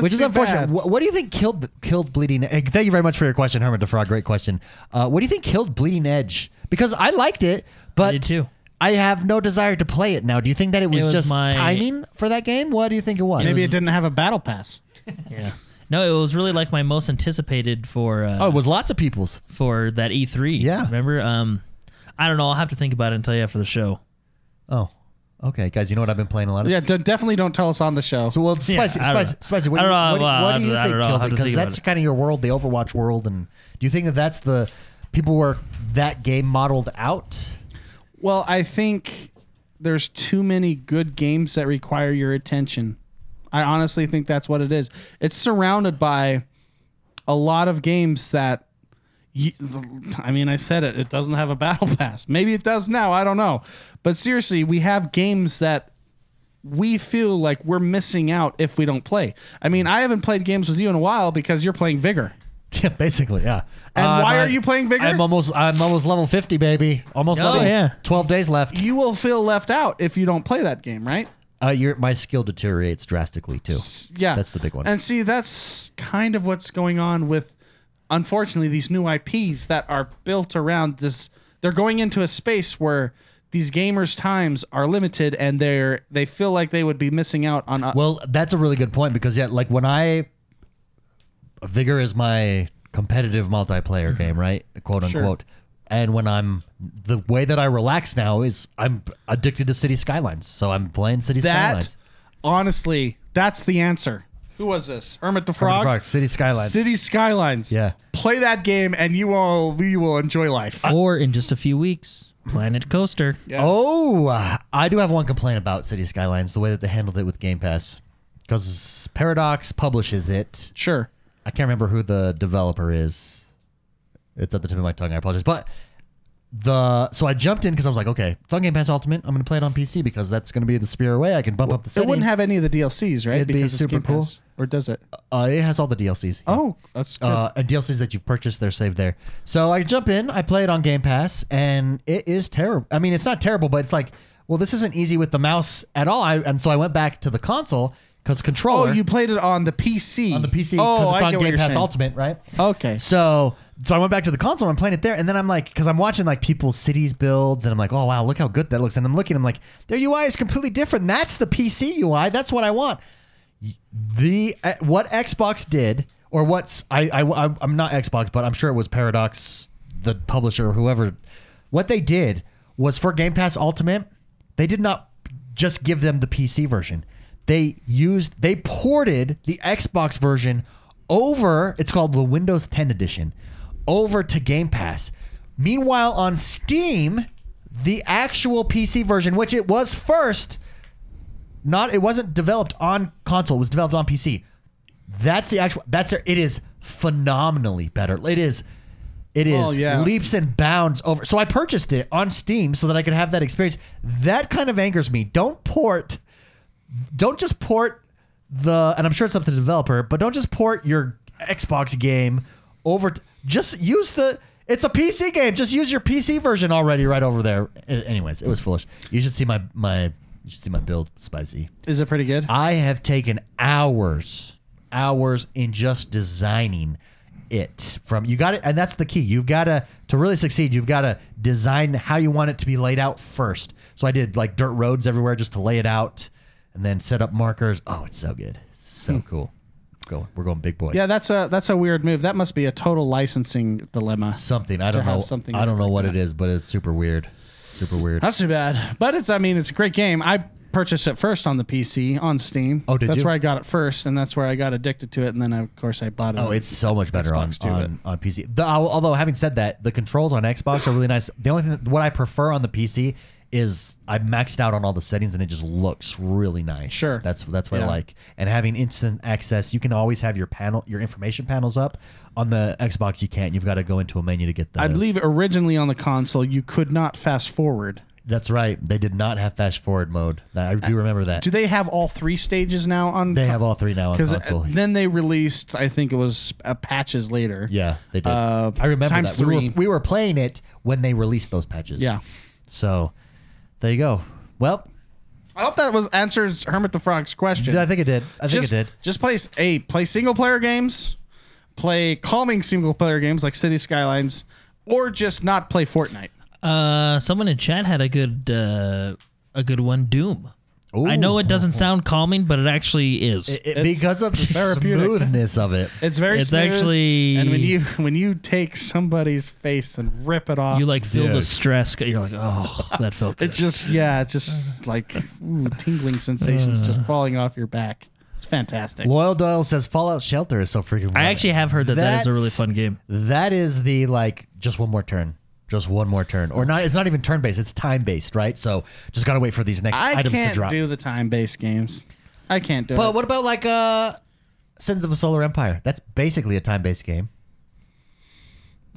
Which is too unfortunate. bad. What, what do you think killed killed Bleeding? Edge? Thank you very much for your question, Herman DeFrog. Great question. Uh, what do you think killed Bleeding Edge? Because I liked it, but did too. I have no desire to play it now. Do you think that it was, was just my- timing for that game? What do you think it was? Maybe it didn't have a battle pass. Yeah. No, it was really like my most anticipated for uh, oh, it was lots of people's. for that E3. Yeah. Remember? Um, I don't know. I'll have to think about it and tell you after the show. Oh, okay, guys. You know what I've been playing a lot of. Yeah, d- definitely don't tell us on the show. So well, <laughs> Yeah, spicy, I don't spicy, know. spicy. What I do you, don't know, what do you- well, what do I you don't- I think don't know. I'll killed have it? to Because think about that's it. kind of your world, the Overwatch world, and do you think that that's the people were that game modeled out? Well, I think there's too many good games that require your attention. I honestly think that's what it is. It's surrounded by a lot of games that you, I mean, I said it, it doesn't have a battle <laughs> pass. Maybe it does now, I don't know. But seriously, we have games that we feel like we're missing out if we don't play. I mean, I haven't played games with you in a while because you're playing Vigor. <laughs> Yeah, basically, yeah. And I'm why are on- you playing Vigor? I'm almost, I'm almost level fifty, baby. Almost Oh, level. yeah. Twelve days left. You will feel left out if you don't play that game, right? Uh, your my skill deteriorates drastically too. yeah that's the big one. and see that's kind of what's going on with unfortunately these new ips that are built around this they're going into a space where these gamers times are limited and they're they feel like they would be missing out on uh, Well, that's a really good point because yeah, like when I Vigor is my competitive Mm-hmm. multiplayer game, right? Quote unquote. And when I'm the way that I relax now is I'm addicted to City Skylines. So I'm playing City that Skylines. honestly that's the answer who was this Hermit the Frog, Frog, City Skylines. City Skylines Yeah. play that game and you all you will enjoy life or in just a few weeks, Planet Coaster. Yeah. Oh, uh, I do have one complaint about City Skylines, the way that they handled it with Game Pass. Because Paradox publishes it. sure I can't remember who the developer is. It's at the tip of my tongue. I apologize, but the so I jumped in because I was like, okay, it's on Game Pass Ultimate. I'm gonna play it on PC because that's gonna be the superior way. I can bump up the it settings. wouldn't have any of the DLCs right It'd be it's super Game cool. Pass. or does it uh, it has all the DLCs. oh that's good. Uh, and DLCs that you've purchased, they're saved there. So I jump in, I play it on Game Pass, and it is terrible. I mean, it's not terrible, but it's like well, this isn't easy with the mouse at all. I, and so I went back to the console because Oh, controller you played it on the PC. on the PC because Oh, it's I on get what Game you're Pass saying. Oh. Ultimate, right? Okay. So so I went back to the console and I'm playing it there, and then I'm like, because I'm watching like people's cities builds, and I'm like, oh wow, look how good that looks, and I'm looking, I'm like, their UI is completely different. That's the PC UI. That's what I want. Y- The uh, what Xbox did, or what's I, I I- I'm not Xbox, but I'm sure it was Paradox, the publisher, or whoever. What they did was for Game Pass Ultimate, they did not just give them the PC version. They used they ported the Xbox version over it's called the Windows 10 edition over to Game Pass. Meanwhile on Steam, the actual PC version which it was first not it wasn't developed on console, it was developed on PC. That's the actual that's their it is phenomenally better. It is it is Well, yeah. leaps and bounds over. So I purchased it on Steam so that I could have that experience. That kind of angers me. Don't port don't just port the and I'm sure it's up to the developer, but don't just port your Xbox game over to, just use the it's a PC game. Just use your PC version already right over there. A- Anyways, it was foolish. You should see my my you should see my build spicy. Is it pretty good? I have taken hours, hours in just designing it from you got it and that's the key you've got to to really succeed you've got to design how you want it to be laid out first so i did like dirt roads everywhere just to lay it out and then set up markers oh it's so good so cool go we're going big boy Hmm. Yeah, that's a that's a weird move. That must be a total licensing dilemma. something i don't have know something i don't know like what that. it is but it's super weird super weird That's too bad. But it's I mean it's a great game. I purchased it first on the PC on Steam. Oh, did That's you? where I got it first, and that's where I got addicted to it, and then of course I bought it. Oh, it's so much better on, Xbox too, on, on PC. The, al- although having said that, the controls on Xbox are really nice. The only thing that, what I prefer on the PC is I maxed out on all the settings and it just looks really nice. Sure. that's that's what I Yeah. like. And having instant access, you can always have your panel, your information panels up. On the Xbox, you can't. You've got to go into a menu to get those. I believe originally on the console you could not fast forward. that's right. They did not have fast forward mode. I do remember that. Do they have all three stages now on? They have all three <laughs> now on because console. then they released I think it was uh, patches later. yeah, they did. uh, I remember times that. We three. were, we were playing it when they released those patches. Yeah. So there you go. Well, I hope that was answers Hermit the Frog's question. I think it did. I think just, it did. Just play a play single player games, play calming single player games like City Skylines, or just not play Fortnite. Uh, someone in chat had a good uh, a good one. Doom. I know it doesn't sound calming, but it actually is. It- It's because <laughs> of the therapeutic. smoothness of it. It's very It's smooth, actually- and when you <laughs> when you take somebody's face and rip it off, you like feel the dude. stress. You're like, oh, that felt good. uh, it's just yeah, it's just like ooh, tingling sensations Uh. just falling off your back. It's fantastic. Loyal Doyle says Fallout Shelter is so freaking. I actually have heard that that is a really That's- fun game. That is the like just one more turn, just one more turn, or not. It's not even turn based. It's time based, right? So just gotta wait for these next I items to can't drop. do the time based games. I can't do but it. what about like uh, Sins of a Solar Empire? That's basically a time based game.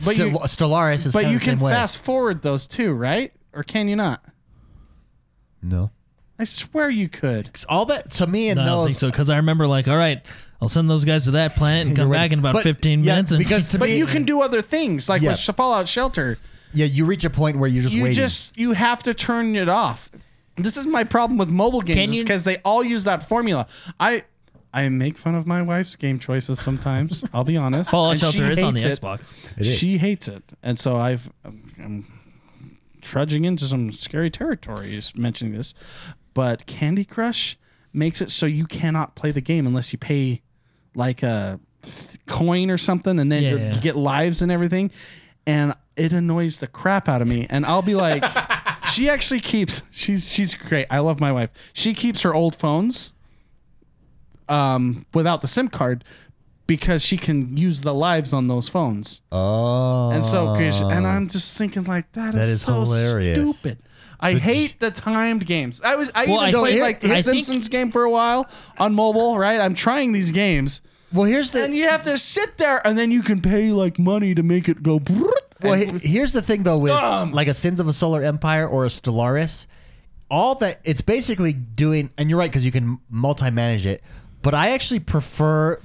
But Stel- you- Stellaris is But kinda you the can same way. fast forward those too, right? Or can you not? No, I swear you could. 'Cause all that to me and No, I don't think those. so because I remember like, all right, I'll send those guys to that <laughs> planet and come back in about But, 15 yeah, minutes. And because to But me, you can do other things, like with Yeah. Fallout Shelter. yeah, you reach a point where you're just You waiting. just you have to turn it off. This is my problem with mobile Can games you- because they all use that formula. I I make fun of my wife's game choices sometimes. I'll be honest. <laughs> Fallout and Shelter she is on the hates it. Xbox. is. She hates it, and so I've I'm, I'm trudging into some scary territories mentioning this. But Candy Crush makes it so you cannot play the game unless you pay like a th- coin or something, and then Yeah, you yeah. get lives and everything. And it annoys the crap out of me, and I'll <laughs> be like, she actually keeps she's she's great. I love my wife. She keeps her old phones um, without the SIM card because she can use the lives on those phones. oh, And so, and I'm just thinking like that That is, is so hilarious. stupid. I hate the timed games. I was I Well, used I to play think- like the I think- Simpsons game for a while on mobile, right? I'm trying these games, well, here's the and you have to sit there, and then you can pay like money to make it go. Well, he- here's the thing though with Dumb. like a Sins of a Solar Empire or a Stellaris, all that it's basically doing, and you're right because you can multi-manage it. But I actually prefer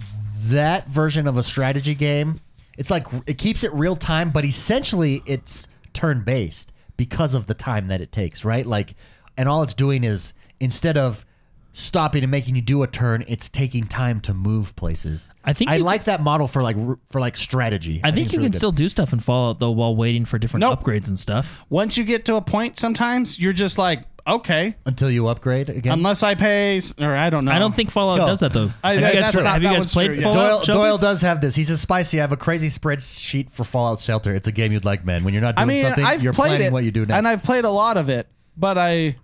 that version of a strategy game. It's like it keeps it real time, but essentially it's turn-based because of the time that it takes. Right, like and all it's doing is instead of stopping and making you do a turn, it's taking time to move places. I think I you- like that model for like r- for like strategy. I think, it's you really can good. still do stuff in Fallout though while waiting for different Nope. upgrades and stuff. Once you get to a point, sometimes you're just like, okay, until you upgrade again. unless I pay, s- or I don't know. I don't think Fallout No. does that though. I- have that- you guys, that's not- have you that guys one's played true, yeah. Fallout? Doyle, Shelby? Doyle does have this. He says, "Spicy, I have a crazy spreadsheet for Fallout Shelter. It's a game you'd like, man. When you're not I doing mean, something, I've you're played planning it, what you do next." and I've played a lot of it, but I,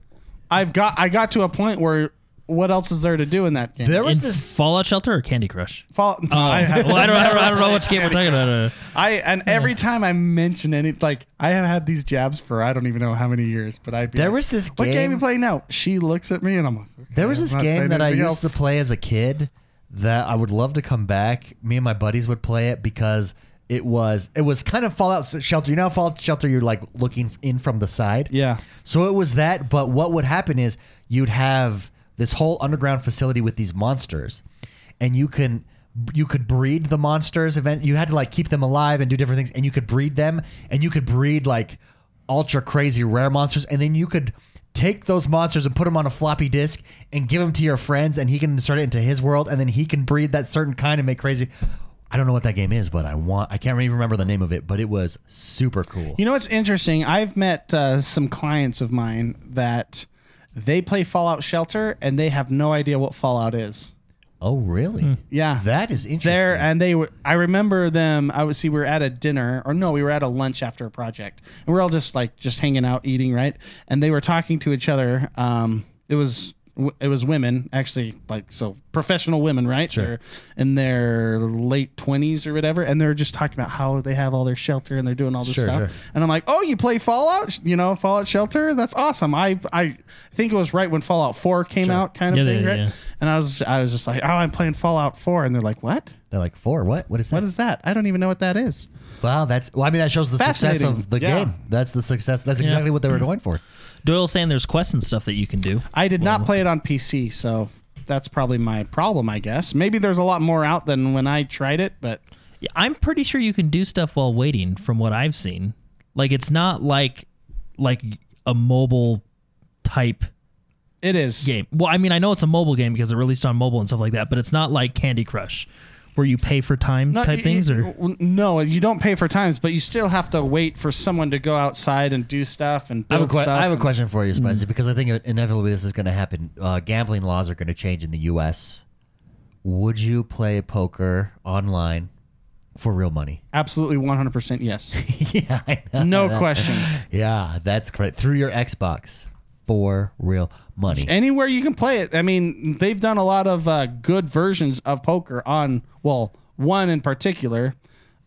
I've got, I got to a point where, what else is there to do in that game? there in was this Fallout Shelter or Candy Crush? Fall, Oh. no, <laughs> I, have, well, I don't, I don't, I don't know which game we're talking about. Uh, I and every time I mention any, like I have had these jabs for I don't even know how many years, but I There was this What game game- you play now? She looks at me and I'm like, okay, There was I'm this not saying game that I anything used else. to play as a kid that I would love to come back. Me and my buddies would play it because it was it was kind of Fallout Shelter. You know, how Fallout Shelter, you're like looking in from the side. Yeah. So it was that, but what would happen is you'd have this whole underground facility with these monsters, and you can you could breed the monsters. Event you had to like keep them alive and do different things, and you could breed them, and you could breed like ultra crazy rare monsters, and then you could take those monsters and put them on a floppy disk and give them to your friends, and he can insert it into his world, and then he can breed that certain kind and make crazy. I don't know what that game is, but I want. I can't even remember the name of it, but it was super cool. You know what's interesting? I've met uh, some clients of mine that they play Fallout Shelter and they have no idea what Fallout is. Oh, really? Yeah, That is interesting. there and they were i remember them i would see we were at a dinner or no we were at a lunch after a project and we are all just like just hanging out eating right and they were talking to each other um it was it was women actually like so professional women right sure in their late 20s or whatever and they're just talking about how they have all their shelter and they're doing all this Sure, stuff sure. and i'm like oh you play fallout you know fallout shelter that's awesome i i think it was right when fallout 4 came out kind of Yeah, thing they- right yeah. and i was i was just like oh i'm playing fallout 4 and they're like what They're like four. What? What is that? what is that? I don't even know what that is. wow, that's. Well, I mean, that shows the success Fascinating. of the Yeah. game. That's the success. That's exactly what they were <clears throat> going for. Doyle's saying there's quests and stuff that you can do. I did not play it on PC, so that's probably my problem, I guess. Maybe there's a lot more out than when I tried it, but Yeah, I'm pretty sure you can do stuff while waiting, from what I've seen. Like it's not like like a mobile type it is. game. Well, I mean, I know it's a mobile game because it released on mobile and stuff like that, but it's not like Candy Crush, where you pay for time No, type you- things. Or you- no, you don't pay for times, but you still have to wait for someone to go outside and do stuff and I build have, a que- stuff. I have a question for you, Spicy, because I think inevitably this is going to happen. Uh, gambling laws are going to change in the U.S. Would you play poker online for real money? <laughs> Absolutely, 100% yes. yeah, I know. No question. Yeah, that's correct. Through your Xbox for real money. Anywhere you can play it. I mean, they've done a lot of uh, good versions of poker on, well, one in particular,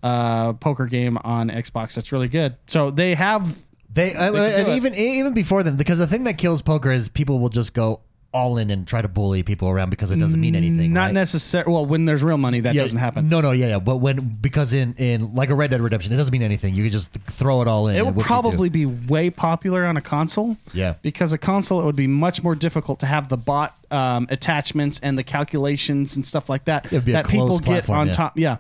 uh, poker game on Xbox that's really good. So they have They, uh, can and do it. even even before then, because the thing that kills poker is people will just go all in and try to bully people around because it doesn't mean anything. Mm, Not right? necessarily. Well, when there's real money, that Yeah, doesn't happen. No, no, yeah, yeah. But when because in in like a Red Dead Redemption, it doesn't mean anything. You can just th- throw it all in. It and would what you do. probably be way popular on a console. Yeah. Because a console, it would be much more difficult to have the bot um, attachments and the calculations and stuff like that It'd be a that people closed get platform, on yeah. top. Yeah.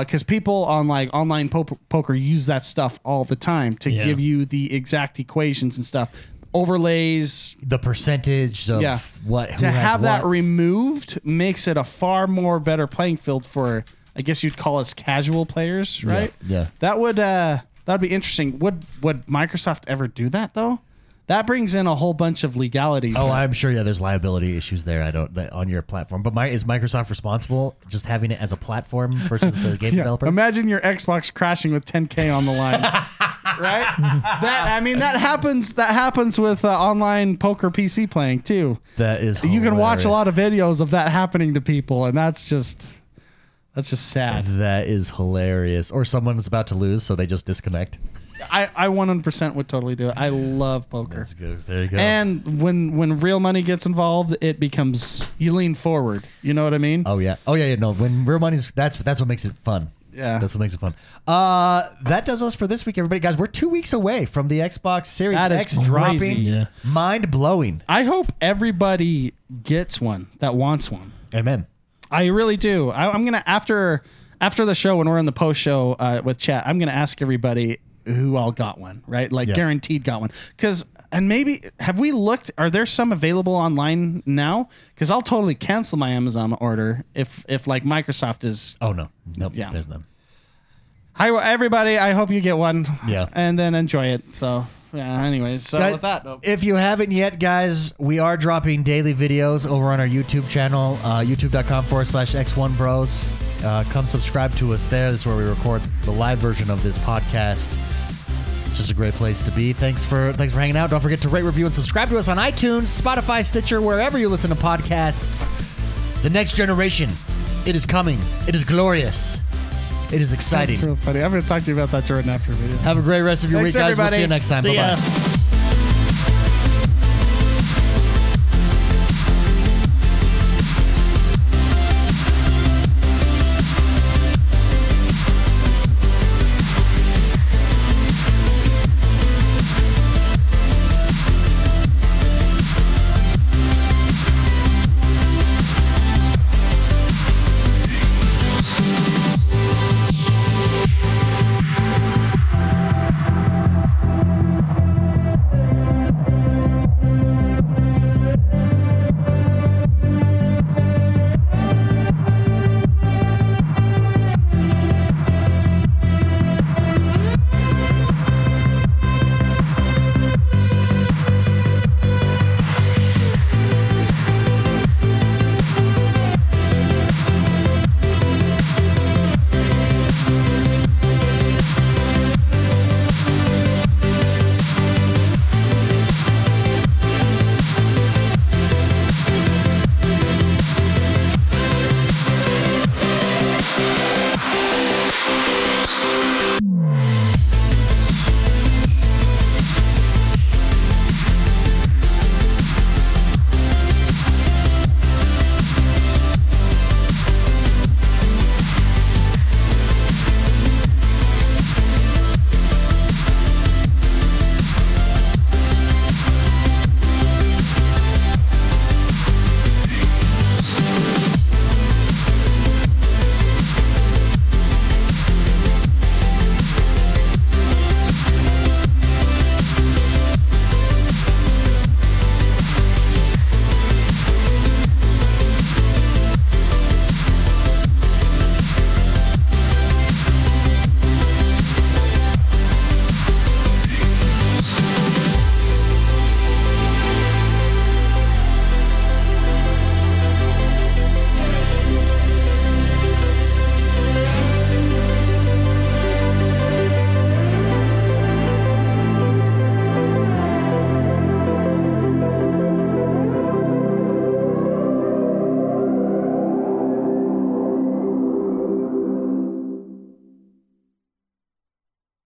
Because people on like online po- poker use that stuff all the time to Yeah. give you the exact equations and stuff, overlays, the percentage of yeah. what who to has have that what. removed makes it a far more better playing field for I guess you'd call us casual players, right? yeah. That would uh that would be interesting. Would would Microsoft ever do that though? That brings in a whole bunch of legalities. Oh, I'm sure. Yeah, there's liability issues there. I don't that, on your platform, but my, is Microsoft responsible just having it as a platform versus the <laughs> game developer? Imagine your Xbox crashing with 10k on <laughs> the line. right? That I mean that happens that happens with uh, online poker PC playing too. that is, you can watch a Oh, hilarious. lot of videos of that happening to people and that's just that's just sad. That is hilarious. Or someone's about to lose, so they just disconnect. I, I 100% would totally do it. I love poker. good. There you go. And when when real money gets involved, it becomes you lean forward. You know what I mean? Oh yeah. Oh yeah. yeah no. When real money's that's that's what makes it fun. Yeah. That's what makes it fun. Uh, that does us for this week, everybody. Guys, we're two weeks away from the Xbox Series That is X dropping. crazy. Yeah. Mind blowing. I hope everybody gets one that wants one. Amen. I really do. I, I'm gonna after after the show when we're in the post show uh, with chat. I'm gonna ask everybody who all got one, right? Like Yeah. guaranteed got one because And maybe have we looked? Are there some available online now? Because I'll totally cancel my Amazon order if if like Microsoft is. Oh no, nope, Yeah. there's none. Hi everybody! I hope you get one. Yeah. And then enjoy it. So yeah. Anyways, so Guy- with that, nope. If you haven't yet, guys, we are dropping daily videos over on our YouTube channel, uh, youtube.com forward slash X1 Bros. Uh, come subscribe to us there. That's where we record the live version of this podcast. It's just a great place to be. Thanks for thanks for hanging out. Don't forget to rate, review, and subscribe to us on iTunes, Spotify, Stitcher, wherever you listen to podcasts. The next generation, it is coming. It is glorious. It is That's exciting. real funny. I'm gonna talk to you about that Jordan after the video. Have a great rest of your Thanks, week, guys. We'll everybody. see you next time. See Bye ya. bye.